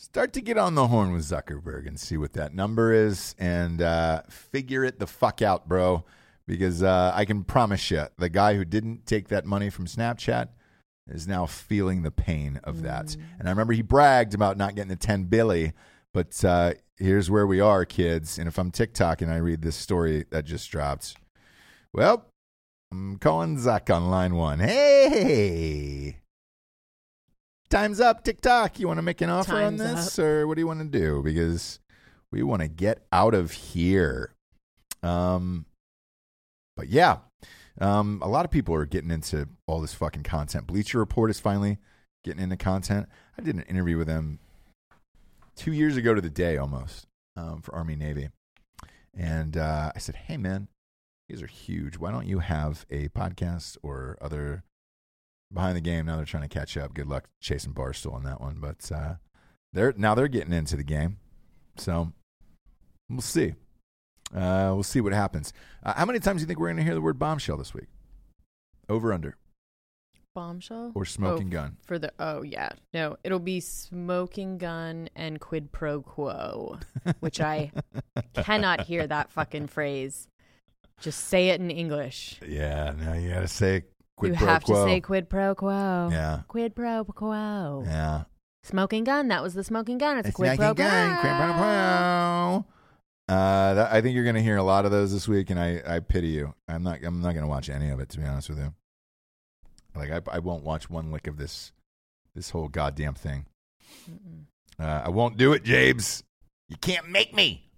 Speaker 2: start to get on the horn with Zuckerberg and see what that number is, and uh, figure it the fuck out, bro. Because uh, I can promise you, the guy who didn't take that money from Snapchat is now feeling the pain of that. And I remember he bragged about not getting the 10 Billy, but uh, here's where we are, kids. And if I'm TikTok and I read this story that just dropped, well, I'm calling Zach on line one. Hey! Time's up, TikTok. You want to make an offer on
Speaker 3: Time's
Speaker 2: this, or what do you want to do? Because we want to get out of here. Um, but yeah, um, a lot of people are getting into all this fucking content. Bleacher Report is finally getting into content. I did an interview with them two years ago to the day almost um, for Army Navy, and uh, I said, "Hey, man, these are huge. Why don't you have a podcast or other behind the game? Now they're trying to catch up. Good luck chasing Barstool on that one, but uh, they're now they're getting into the game, so we'll see. Uh, we'll see what happens. Uh, how many times do you think we're going to hear the word bombshell this week? Over under
Speaker 3: Bombshell?
Speaker 2: or smoking
Speaker 3: Oh,
Speaker 2: gun?
Speaker 3: For the oh yeah. No, it'll be smoking gun and quid pro quo, which I cannot hear that fucking phrase. Just say it in English.
Speaker 2: Yeah, no, you got to say quid
Speaker 3: you
Speaker 2: pro
Speaker 3: have
Speaker 2: quo.
Speaker 3: to say quid pro quo.
Speaker 2: Yeah.
Speaker 3: Quid pro quo.
Speaker 2: yeah.
Speaker 3: Smoking gun. That was the smoking gun. It's,
Speaker 2: It's
Speaker 3: quid pro
Speaker 2: Nike gang, quid pro quo. Uh, that, I think you're going to hear a lot of those this week, and I, I pity you. I'm not I'm not going to watch any of it to be honest with you. Like I I won't watch one lick of this this whole goddamn thing. Uh, I won't do it, Jabes. You can't make me.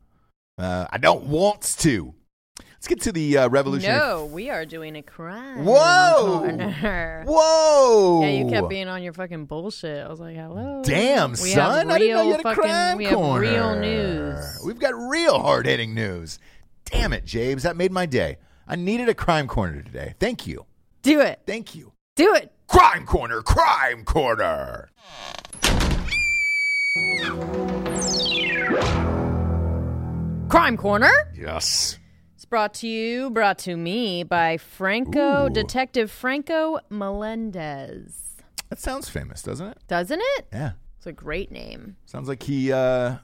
Speaker 2: Uh, I don't wants to. Let's get to the uh, revolutionary.
Speaker 3: No, we are doing a crime.
Speaker 2: Whoa!
Speaker 3: corner.
Speaker 2: Whoa!
Speaker 3: Yeah, you kept being on your fucking bullshit. I was like, hello.
Speaker 2: Damn,
Speaker 3: We have
Speaker 2: son! I didn't know you
Speaker 3: real
Speaker 2: had a
Speaker 3: fucking-
Speaker 2: crime
Speaker 3: we have
Speaker 2: corner.
Speaker 3: real news.
Speaker 2: We've got real hard hitting news. Damn it, James. That made my day. I needed a crime corner today. Thank you.
Speaker 4: Do it.
Speaker 2: Thank you.
Speaker 4: Do it.
Speaker 2: Crime corner, crime corner.
Speaker 3: Crime Corner.
Speaker 2: Yes.
Speaker 3: It's brought to you, brought to me by Franco,
Speaker 2: Ooh.
Speaker 3: Detective Franco Melendez.
Speaker 2: That sounds famous, doesn't it?
Speaker 3: Doesn't it?
Speaker 2: Yeah.
Speaker 3: It's a great name.
Speaker 2: Sounds like he uh,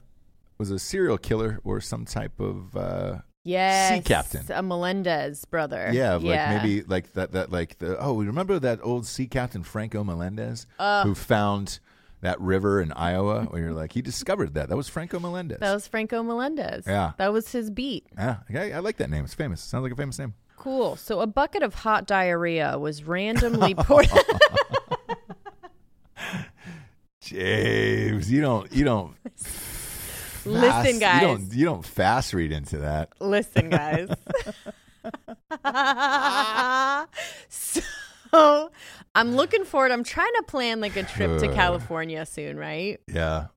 Speaker 2: was a serial killer or some type of uh,
Speaker 3: Yes.
Speaker 2: captain.
Speaker 3: A Melendez brother.
Speaker 2: Yeah, of, like maybe like that that like the oh, remember that old sea captain Franco Melendez
Speaker 3: Uh.
Speaker 2: who found that river in Iowa where you're like he discovered that. That was Franco Melendez.
Speaker 3: That was Franco Melendez.
Speaker 2: Yeah.
Speaker 3: That was his beat.
Speaker 2: yeah, I, I like that name. It's famous. Sounds like a famous name.
Speaker 3: Cool. So a bucket of hot diarrhea was randomly poured.
Speaker 2: James, you don't you don't fast-
Speaker 3: Listen, guys.
Speaker 2: You don't you don't fast read into that.
Speaker 3: Listen, guys. so I'm looking forward. I'm trying to plan like a trip to
Speaker 2: Sure.
Speaker 3: California soon, right?
Speaker 2: Yeah.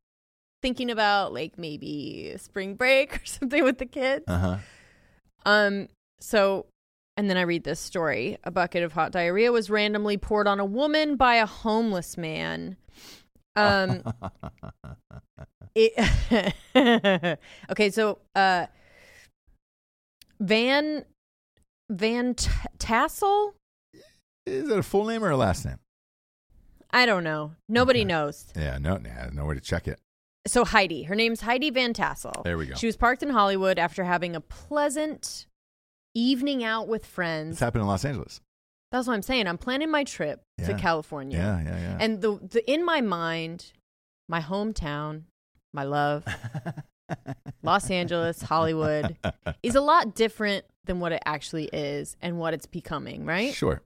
Speaker 3: Thinking about like maybe spring break or something with the kids.
Speaker 2: Uh-huh.
Speaker 3: Um, so, and then I read this story. A bucket of hot diarrhea was randomly poured on a woman by a homeless man. Um, it, okay, so uh, Van Van T- Tassel.
Speaker 2: Is that a full name or a last name?
Speaker 3: I don't know. Nobody
Speaker 2: Okay.
Speaker 3: knows.
Speaker 2: Yeah, no, nah, no way to check it.
Speaker 3: So Heidi, her name's Heidi Van Tassel.
Speaker 2: There we go.
Speaker 3: She was parked in Hollywood after having a pleasant evening out with friends.
Speaker 2: It's happened in Los Angeles.
Speaker 3: That's what I'm saying. I'm planning my trip to
Speaker 2: Yeah.
Speaker 3: California.
Speaker 2: Yeah, yeah, yeah.
Speaker 3: And the, the in my mind, my hometown, my love, Los Angeles, Hollywood is a lot different than what it actually is and what it's becoming, right?
Speaker 2: Sure.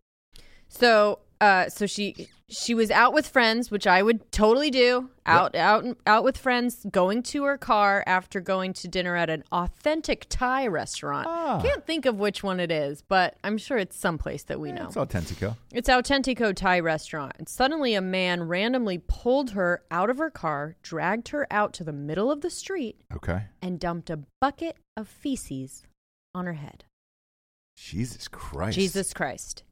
Speaker 3: So, uh, so she she was out with friends, which I would totally do. Out out out with friends, going to her car after going to dinner at an authentic Thai restaurant.
Speaker 2: Ah.
Speaker 3: Can't think of which one it is, but I'm sure it's someplace that we know.
Speaker 2: It's Authentico.
Speaker 3: It's Autentico Thai restaurant, and suddenly a man randomly pulled her out of her car, dragged her out to the middle of the street,
Speaker 2: Okay.
Speaker 3: and dumped a bucket of feces on her head.
Speaker 2: Jesus Christ.
Speaker 3: Jesus Christ.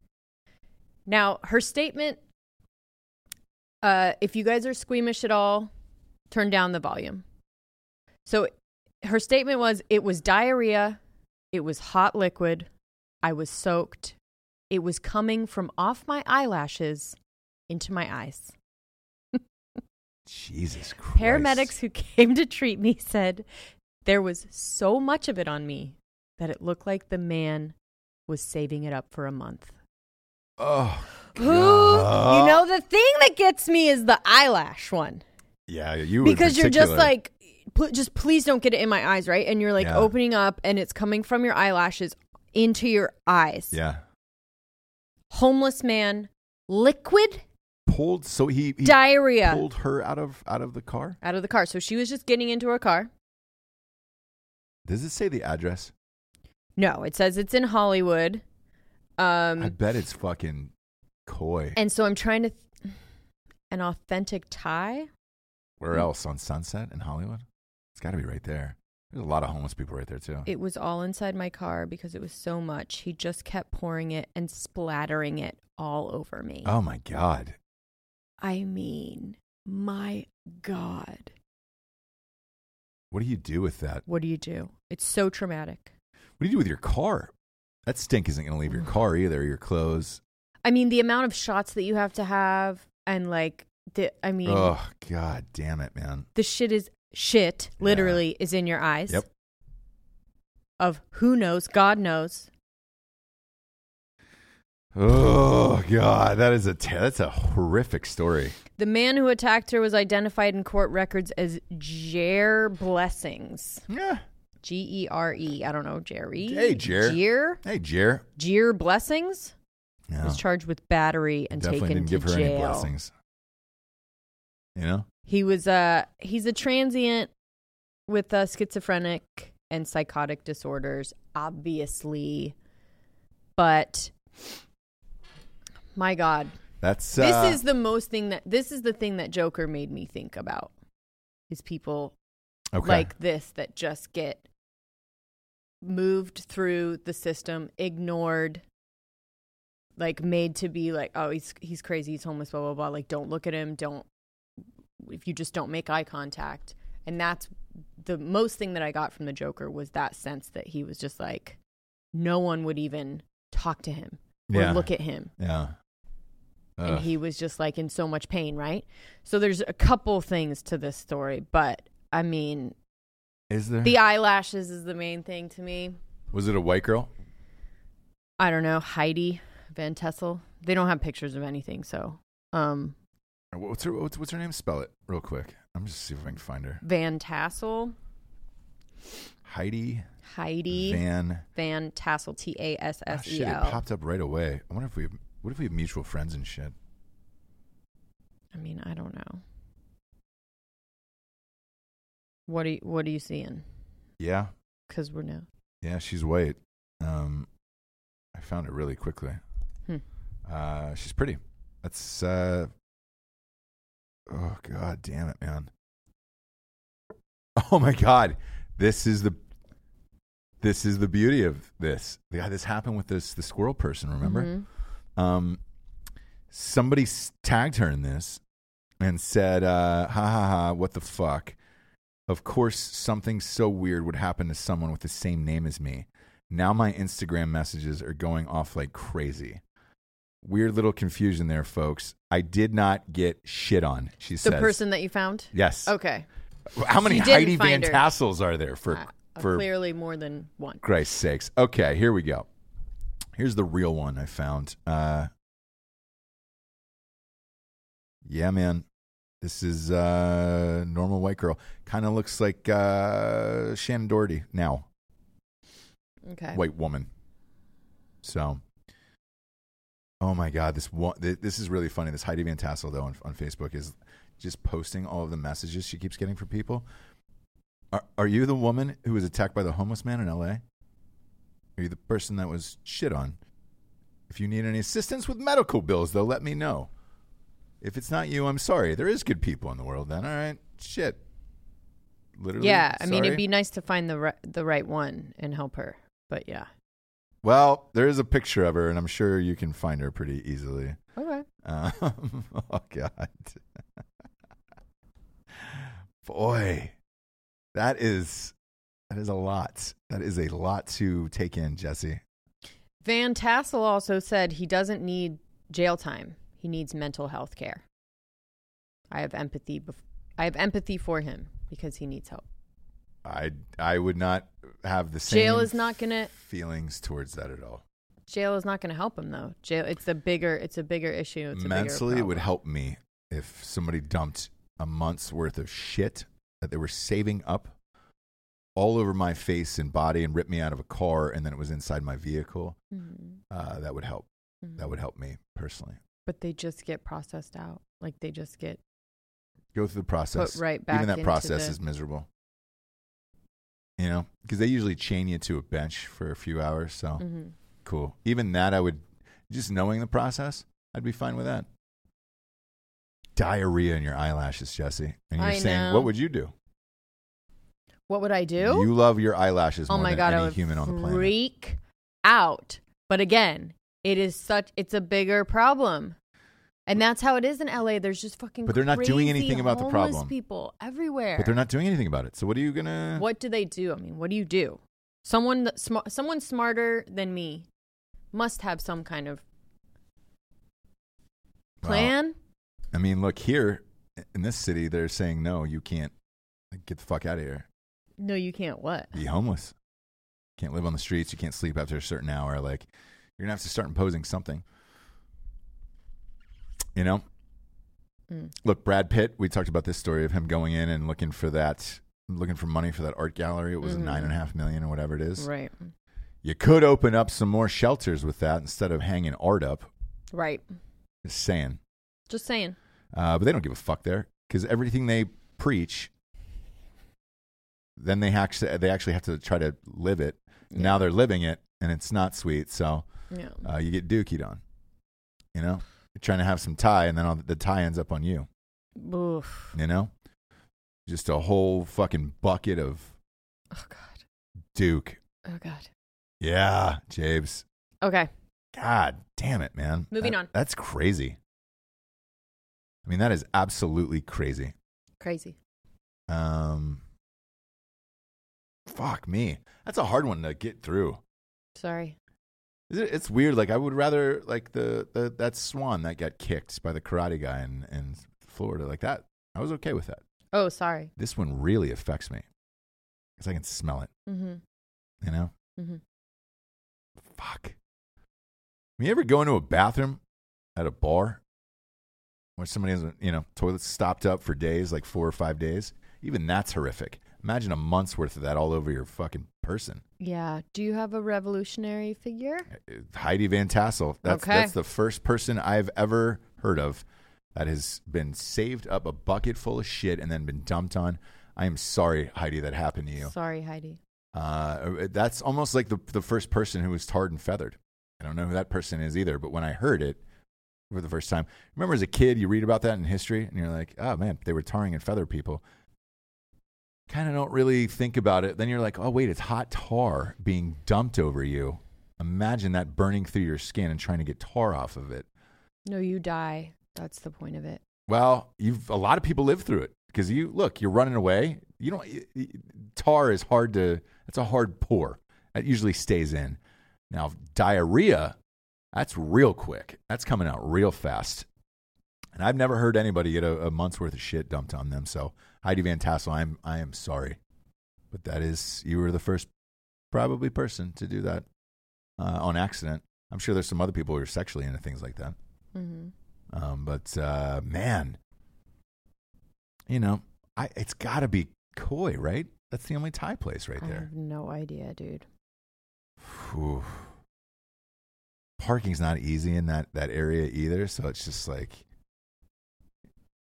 Speaker 3: Now, her statement uh, if you guys are squeamish at all, turn down the volume. So her statement was it was diarrhea, it was hot liquid, I was soaked, it was coming from off my eyelashes into my eyes.
Speaker 2: Jesus Christ.
Speaker 3: Paramedics who came to treat me said there was so much of it on me that it looked like the man was saving it up for a month.
Speaker 2: Oh.
Speaker 3: Who you know the thing that gets me is the eyelash one
Speaker 2: Yeah, you in
Speaker 3: because you're just
Speaker 2: particular.
Speaker 3: like pl- just please don't get it in my eyes right and you're like
Speaker 2: Yeah.
Speaker 3: opening up and it's coming from your eyelashes into your eyes
Speaker 2: Yeah.
Speaker 3: homeless man liquid
Speaker 2: Pulled so he, he
Speaker 3: diarrhea
Speaker 2: pulled her out of out of the car?
Speaker 3: out of the car so she was just getting into her car
Speaker 2: Does it say the address?
Speaker 3: no it says it's in hollywood um
Speaker 2: I bet it's fucking coy.
Speaker 3: and so i'm trying to th- an authentic tie
Speaker 2: Where else? On Sunset in Hollywood? It's got to be right there. There's a lot of homeless people right there too.
Speaker 3: It was all inside my car because it was so much. He just kept pouring it and splattering it all over me.
Speaker 2: oh my god.
Speaker 3: I mean, my God.
Speaker 2: What do you do with that?
Speaker 3: What do you do? It's so traumatic.
Speaker 2: What do you do with your car? That stink isn't going to leave
Speaker 3: Mm.
Speaker 2: your car either. Your clothes.
Speaker 3: I mean, the amount of shots that you have to have, and like, the, I mean,
Speaker 2: Oh god, damn it, man.
Speaker 3: the shit is shit,
Speaker 2: Yeah.
Speaker 3: literally, is in your eyes.
Speaker 2: Yep.
Speaker 3: Of who knows, God knows.
Speaker 2: Oh god, that is a ter- that's a horrific story.
Speaker 3: The man who attacked her was identified in court records as Jer Blessings.
Speaker 2: Yeah.
Speaker 3: G E R E. I don't know, Jerry.
Speaker 2: Hey, Jer.
Speaker 3: Jer.
Speaker 2: Hey, Jer.
Speaker 3: Jer Blessings
Speaker 2: No,
Speaker 3: was charged with battery and
Speaker 2: definitely
Speaker 3: taken
Speaker 2: didn't give
Speaker 3: to
Speaker 2: her
Speaker 3: jail.
Speaker 2: any blessings. You know,
Speaker 3: He was uh he's a transient with uh, schizophrenic and psychotic disorders, obviously. But my God,
Speaker 2: that's
Speaker 3: this
Speaker 2: uh,
Speaker 3: is the most thing that this is the thing that Joker made me think about is people
Speaker 2: okay.
Speaker 3: like this that just get moved through the system, ignored, like made to be like, oh, he's he's crazy, he's homeless, blah blah blah. Like, don't look at him. Don't if you just don't make eye contact. And that's the most thing that I got from the Joker was that sense that he was just like, no one would even talk to him or
Speaker 2: Yeah.
Speaker 3: look at him
Speaker 2: yeah. Uh,
Speaker 3: and
Speaker 2: Ugh.
Speaker 3: he was just like in so much pain, right? So there's a couple things to this story, but I mean,
Speaker 2: is there
Speaker 3: the eyelashes is the main thing to me.
Speaker 2: Was it a white girl?
Speaker 3: I don't know, Heidi Van Tessel. They don't have pictures of anything, so um
Speaker 2: What's her what's, what's her name? Spell it real quick. I'm just see if I can find her.
Speaker 3: Van Tassel,
Speaker 2: Heidi
Speaker 3: Heidi Van,
Speaker 2: Van.
Speaker 3: Tassel, T A S
Speaker 2: Ah,
Speaker 3: S
Speaker 2: shit,
Speaker 3: E
Speaker 2: it
Speaker 3: L.
Speaker 2: popped up right away. I wonder if we have, what if we have mutual friends and shit.
Speaker 3: I mean, I don't know. What do you, what are you seeing?
Speaker 2: Yeah,
Speaker 3: Because we're no.
Speaker 2: yeah, she's white. Um, I found her really quickly.
Speaker 3: Hmm.
Speaker 2: Uh, she's pretty. That's uh. Oh god, damn it, man. Oh my god, this is the. This is the beauty of this. Yeah, this happened with this the squirrel person. Remember?
Speaker 3: Mhm.
Speaker 2: um, somebody s- tagged her in this and said, uh, ha ha ha, what the fuck? Of course, something so weird would happen to someone with the same name as me. Now my Instagram messages are going off like crazy. Weird little confusion there, folks. I did not get shit on, she
Speaker 3: The
Speaker 2: says.
Speaker 3: person that you found?
Speaker 2: Yes.
Speaker 3: Okay.
Speaker 2: How many
Speaker 3: You didn't
Speaker 2: Heidi Van
Speaker 3: find her.
Speaker 2: Tassels are there for,
Speaker 3: Uh,
Speaker 2: for
Speaker 3: clearly more than one.
Speaker 2: Christ's sakes. Okay, here we go. Here's the real one I found. Uh, yeah, man. This is uh normal white girl. Kind of looks like uh, Shannon Doherty now,
Speaker 3: Okay.
Speaker 2: white woman. So, oh my God, this one, th- this is really funny. This Heidi Van Tassel though on, on Facebook is just posting all of the messages she keeps getting from people. Are, are you the woman who was attacked by the homeless man in L.A.? Are you the person that was shit on? If you need any assistance with medical bills, though, let me know. If it's not you, I'm sorry. There is good people in the world. Then, all right, shit. Literally,
Speaker 3: yeah, I mean, it'd
Speaker 2: sorry.
Speaker 3: be nice to find the ri- the right one and help her. But yeah.
Speaker 2: Well, there is a picture of her, and I'm sure you can find her pretty easily.
Speaker 3: Okay.
Speaker 2: Um, oh God, boy, that is that is a lot. That is a lot to take in, Jesse.
Speaker 3: Van Tassel also said he doesn't need jail time. He needs mental health care. I have empathy. Bef- I have empathy for him because he needs help.
Speaker 2: I I would not have the same
Speaker 3: Jail is not gonna-
Speaker 2: feelings towards that at all.
Speaker 3: Jail is not going to help him though. Jail. It's a bigger. It's a bigger issue. It's a
Speaker 2: Mentally,
Speaker 3: bigger
Speaker 2: it would
Speaker 3: problem.
Speaker 2: help me if somebody dumped a month's worth of shit that they were saving up all over my face and body and ripped me out of a car, and then it was inside my vehicle.
Speaker 3: Mhm.
Speaker 2: Uh, that would help.
Speaker 3: Mhm.
Speaker 2: That would help me personally.
Speaker 3: But they just get processed out. Like they just get.
Speaker 2: go through the process.
Speaker 3: right
Speaker 2: Even
Speaker 3: back
Speaker 2: that
Speaker 3: into
Speaker 2: process
Speaker 3: the-
Speaker 2: is miserable. You know, because they usually chain you to a bench for a few hours. So
Speaker 3: Mhm.
Speaker 2: cool. Even that, I would just knowing the process, I'd be fine with that. Diarrhea in your eyelashes, Jesse, and you're
Speaker 3: I
Speaker 2: saying,
Speaker 3: know.
Speaker 2: "What would you do?"
Speaker 3: What would I do?
Speaker 2: You love your eyelashes
Speaker 3: oh
Speaker 2: more
Speaker 3: my
Speaker 2: than
Speaker 3: god,
Speaker 2: any
Speaker 3: I would
Speaker 2: human on the planet.
Speaker 3: freak out. But again, it is such. It's a bigger problem, and that's how it is in LA. There's just fucking.
Speaker 2: But they're not doing
Speaker 3: crazy
Speaker 2: anything about the
Speaker 3: homeless
Speaker 2: problem.
Speaker 3: People everywhere.
Speaker 2: But they're not doing anything about it. So what are you gonna?
Speaker 3: What do they do? I mean, what do you do? Someone that sm- someone smarter than me must have some kind of
Speaker 2: Wow.
Speaker 3: plan.
Speaker 2: I mean, look here in this city, they're saying no, you can't get the fuck out of here.
Speaker 3: No, you can't. What?
Speaker 2: be homeless. Can't live on the streets. You can't sleep after a certain hour. Like you're gonna have to start imposing something. You know.
Speaker 3: Mm.
Speaker 2: Look, Brad Pitt. We talked about this story of him going in and looking for that, looking for money for that art gallery. It was
Speaker 3: Mhm.
Speaker 2: nine and a half million or whatever it is.
Speaker 3: Right.
Speaker 2: You could open up some more shelters with that instead of hanging art up.
Speaker 3: Right.
Speaker 2: Just saying.
Speaker 3: Just saying.
Speaker 2: Uh, but they don't give a fuck there because everything they preach, then they actually they actually have to try to live it. Now they're living it, and it's not sweet. So
Speaker 3: Yeah.
Speaker 2: uh, you get dookied on. You know, you're trying to have some tie, and then all the tie ends up on you.
Speaker 3: Oof.
Speaker 2: You know, just a whole fucking bucket of
Speaker 3: Oh god.
Speaker 2: Duke.
Speaker 3: Oh god.
Speaker 2: Yeah, James.
Speaker 3: Okay.
Speaker 2: God damn it, man.
Speaker 3: Moving
Speaker 2: That-
Speaker 3: on.
Speaker 2: That's crazy. I mean, that is absolutely crazy.
Speaker 3: Crazy.
Speaker 2: Um, fuck me. That's a hard one to get through.
Speaker 3: Sorry.
Speaker 2: Is it- It's weird. Like I would rather like the, the that swan that got kicked by the karate guy in, in Florida. Like that, I was okay with that.
Speaker 3: Oh, sorry.
Speaker 2: This one really affects me because I can smell it.
Speaker 3: Mhm.
Speaker 2: You know,
Speaker 3: Mhm.
Speaker 2: Fuck. You ever go into a bathroom at a bar where somebody has, a- you know, toilets stopped up for days, like four or five days? Even that's horrific. Imagine a month's worth of that all over your fucking person.
Speaker 3: Yeah. Do you have a revolutionary figure?
Speaker 2: uh, Heidi Van Tassel. That's
Speaker 3: Okay.
Speaker 2: that's the first person I've ever heard of that has been saved up a bucket full of shit and then been dumped on. I am sorry, Heidi, that happened to you.
Speaker 3: Sorry, Heidi.
Speaker 2: Uh, that's almost like the the first person who was tarred and feathered. I don't know who that person is either, but when I heard it for the first time, remember as a kid, you read about that in history, and you're like, oh man, they were tarring and feather people. Kind of don't really think about it. Then you're like, oh wait, it's hot tar being dumped over you. Imagine that burning through your skin and trying to get tar off of it.
Speaker 3: No, you die. That's the point of it.
Speaker 2: Well, you've a lot of people live through it because you look, you're running away. You don't y- y- tar is hard to. That's a hard pour. That usually stays in. Now diarrhea, that's real quick. That's coming out real fast. And I've never heard anybody get a, a month's worth of shit dumped on them. So Heidi Van Tassel, I'm I am sorry, but that is you were the first probably person to do that uh, on accident. I'm sure there's some other people who are sexually into things like that.
Speaker 3: hmm
Speaker 2: Um, but uh, man, you know, I it's got to be Koi, right? That's the only Thai place right
Speaker 3: I
Speaker 2: there.
Speaker 3: have no idea, dude.
Speaker 2: Whew. Parking's not easy in that that area either, so it's just like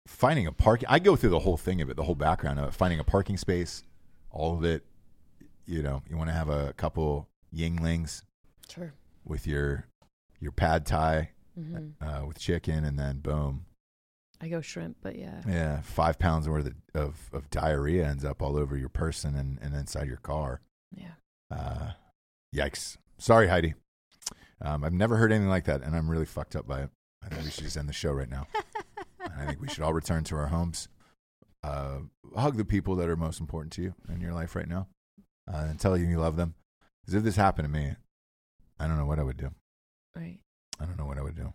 Speaker 2: finding a parking. I go through the whole thing of it, the whole background of it, finding a parking space, all of it. You know, you want to have a couple yinglings
Speaker 3: Sure.
Speaker 2: with your your pad thai
Speaker 3: hmm
Speaker 2: uh, with chicken, and then boom,
Speaker 3: I go shrimp, but yeah.
Speaker 2: Yeah, five pounds worth of, of, of diarrhea ends up all over your person and, and inside your car.
Speaker 3: Yeah.
Speaker 2: Uh, yikes. Sorry, Heidi. Um, I've never heard anything like that, and I'm really fucked up by it. I think we should just end the show right now. and I think we should all return to our homes. Uh, hug the people that are most important to you in your life right now uh, and tell you you love them. Because if this happened to me, I don't know what I would do.
Speaker 3: Right.
Speaker 2: I don't know what I would do.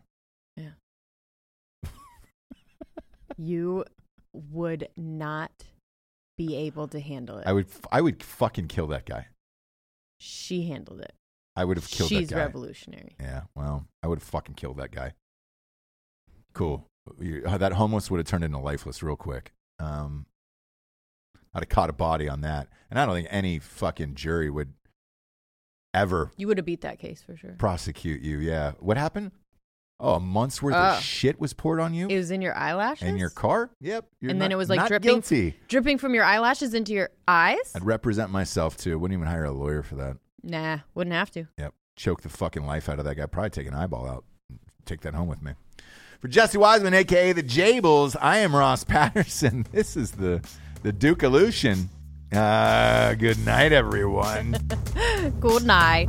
Speaker 3: You would not be able to handle it.
Speaker 2: I would, f- I would fucking kill that guy.
Speaker 3: she handled it.
Speaker 2: I would have killed
Speaker 3: She's
Speaker 2: that guy.
Speaker 3: revolutionary.
Speaker 2: Yeah, well, I would have fucking killed that guy. Cool. You- uh, that homeless would have turned into lifeless real quick. Um, I'd have caught a body on that. And I don't think any fucking jury would ever
Speaker 3: You would have beat that case for sure.
Speaker 2: prosecute you. Yeah. What happened? Oh, a month's worth
Speaker 3: Oh.
Speaker 2: of shit was poured on you
Speaker 3: It was in your eyelashes.
Speaker 2: in your car? Yep. You're
Speaker 3: And then
Speaker 2: not-
Speaker 3: it was, like,
Speaker 2: not
Speaker 3: dripping-
Speaker 2: Guilty.
Speaker 3: dripping from your eyelashes into your eyes.
Speaker 2: I'd represent myself too. Wouldn't even hire a lawyer for that.
Speaker 3: Nah, wouldn't have to.
Speaker 2: Yep. Choke the fucking life out of that guy. Probably take an eyeball out. Take that home with me. For Jesse Wiseman, aka the Jables, I am Ross Patterson. This is the the Duke Illusion. Uh, good night, everyone.
Speaker 3: Good night.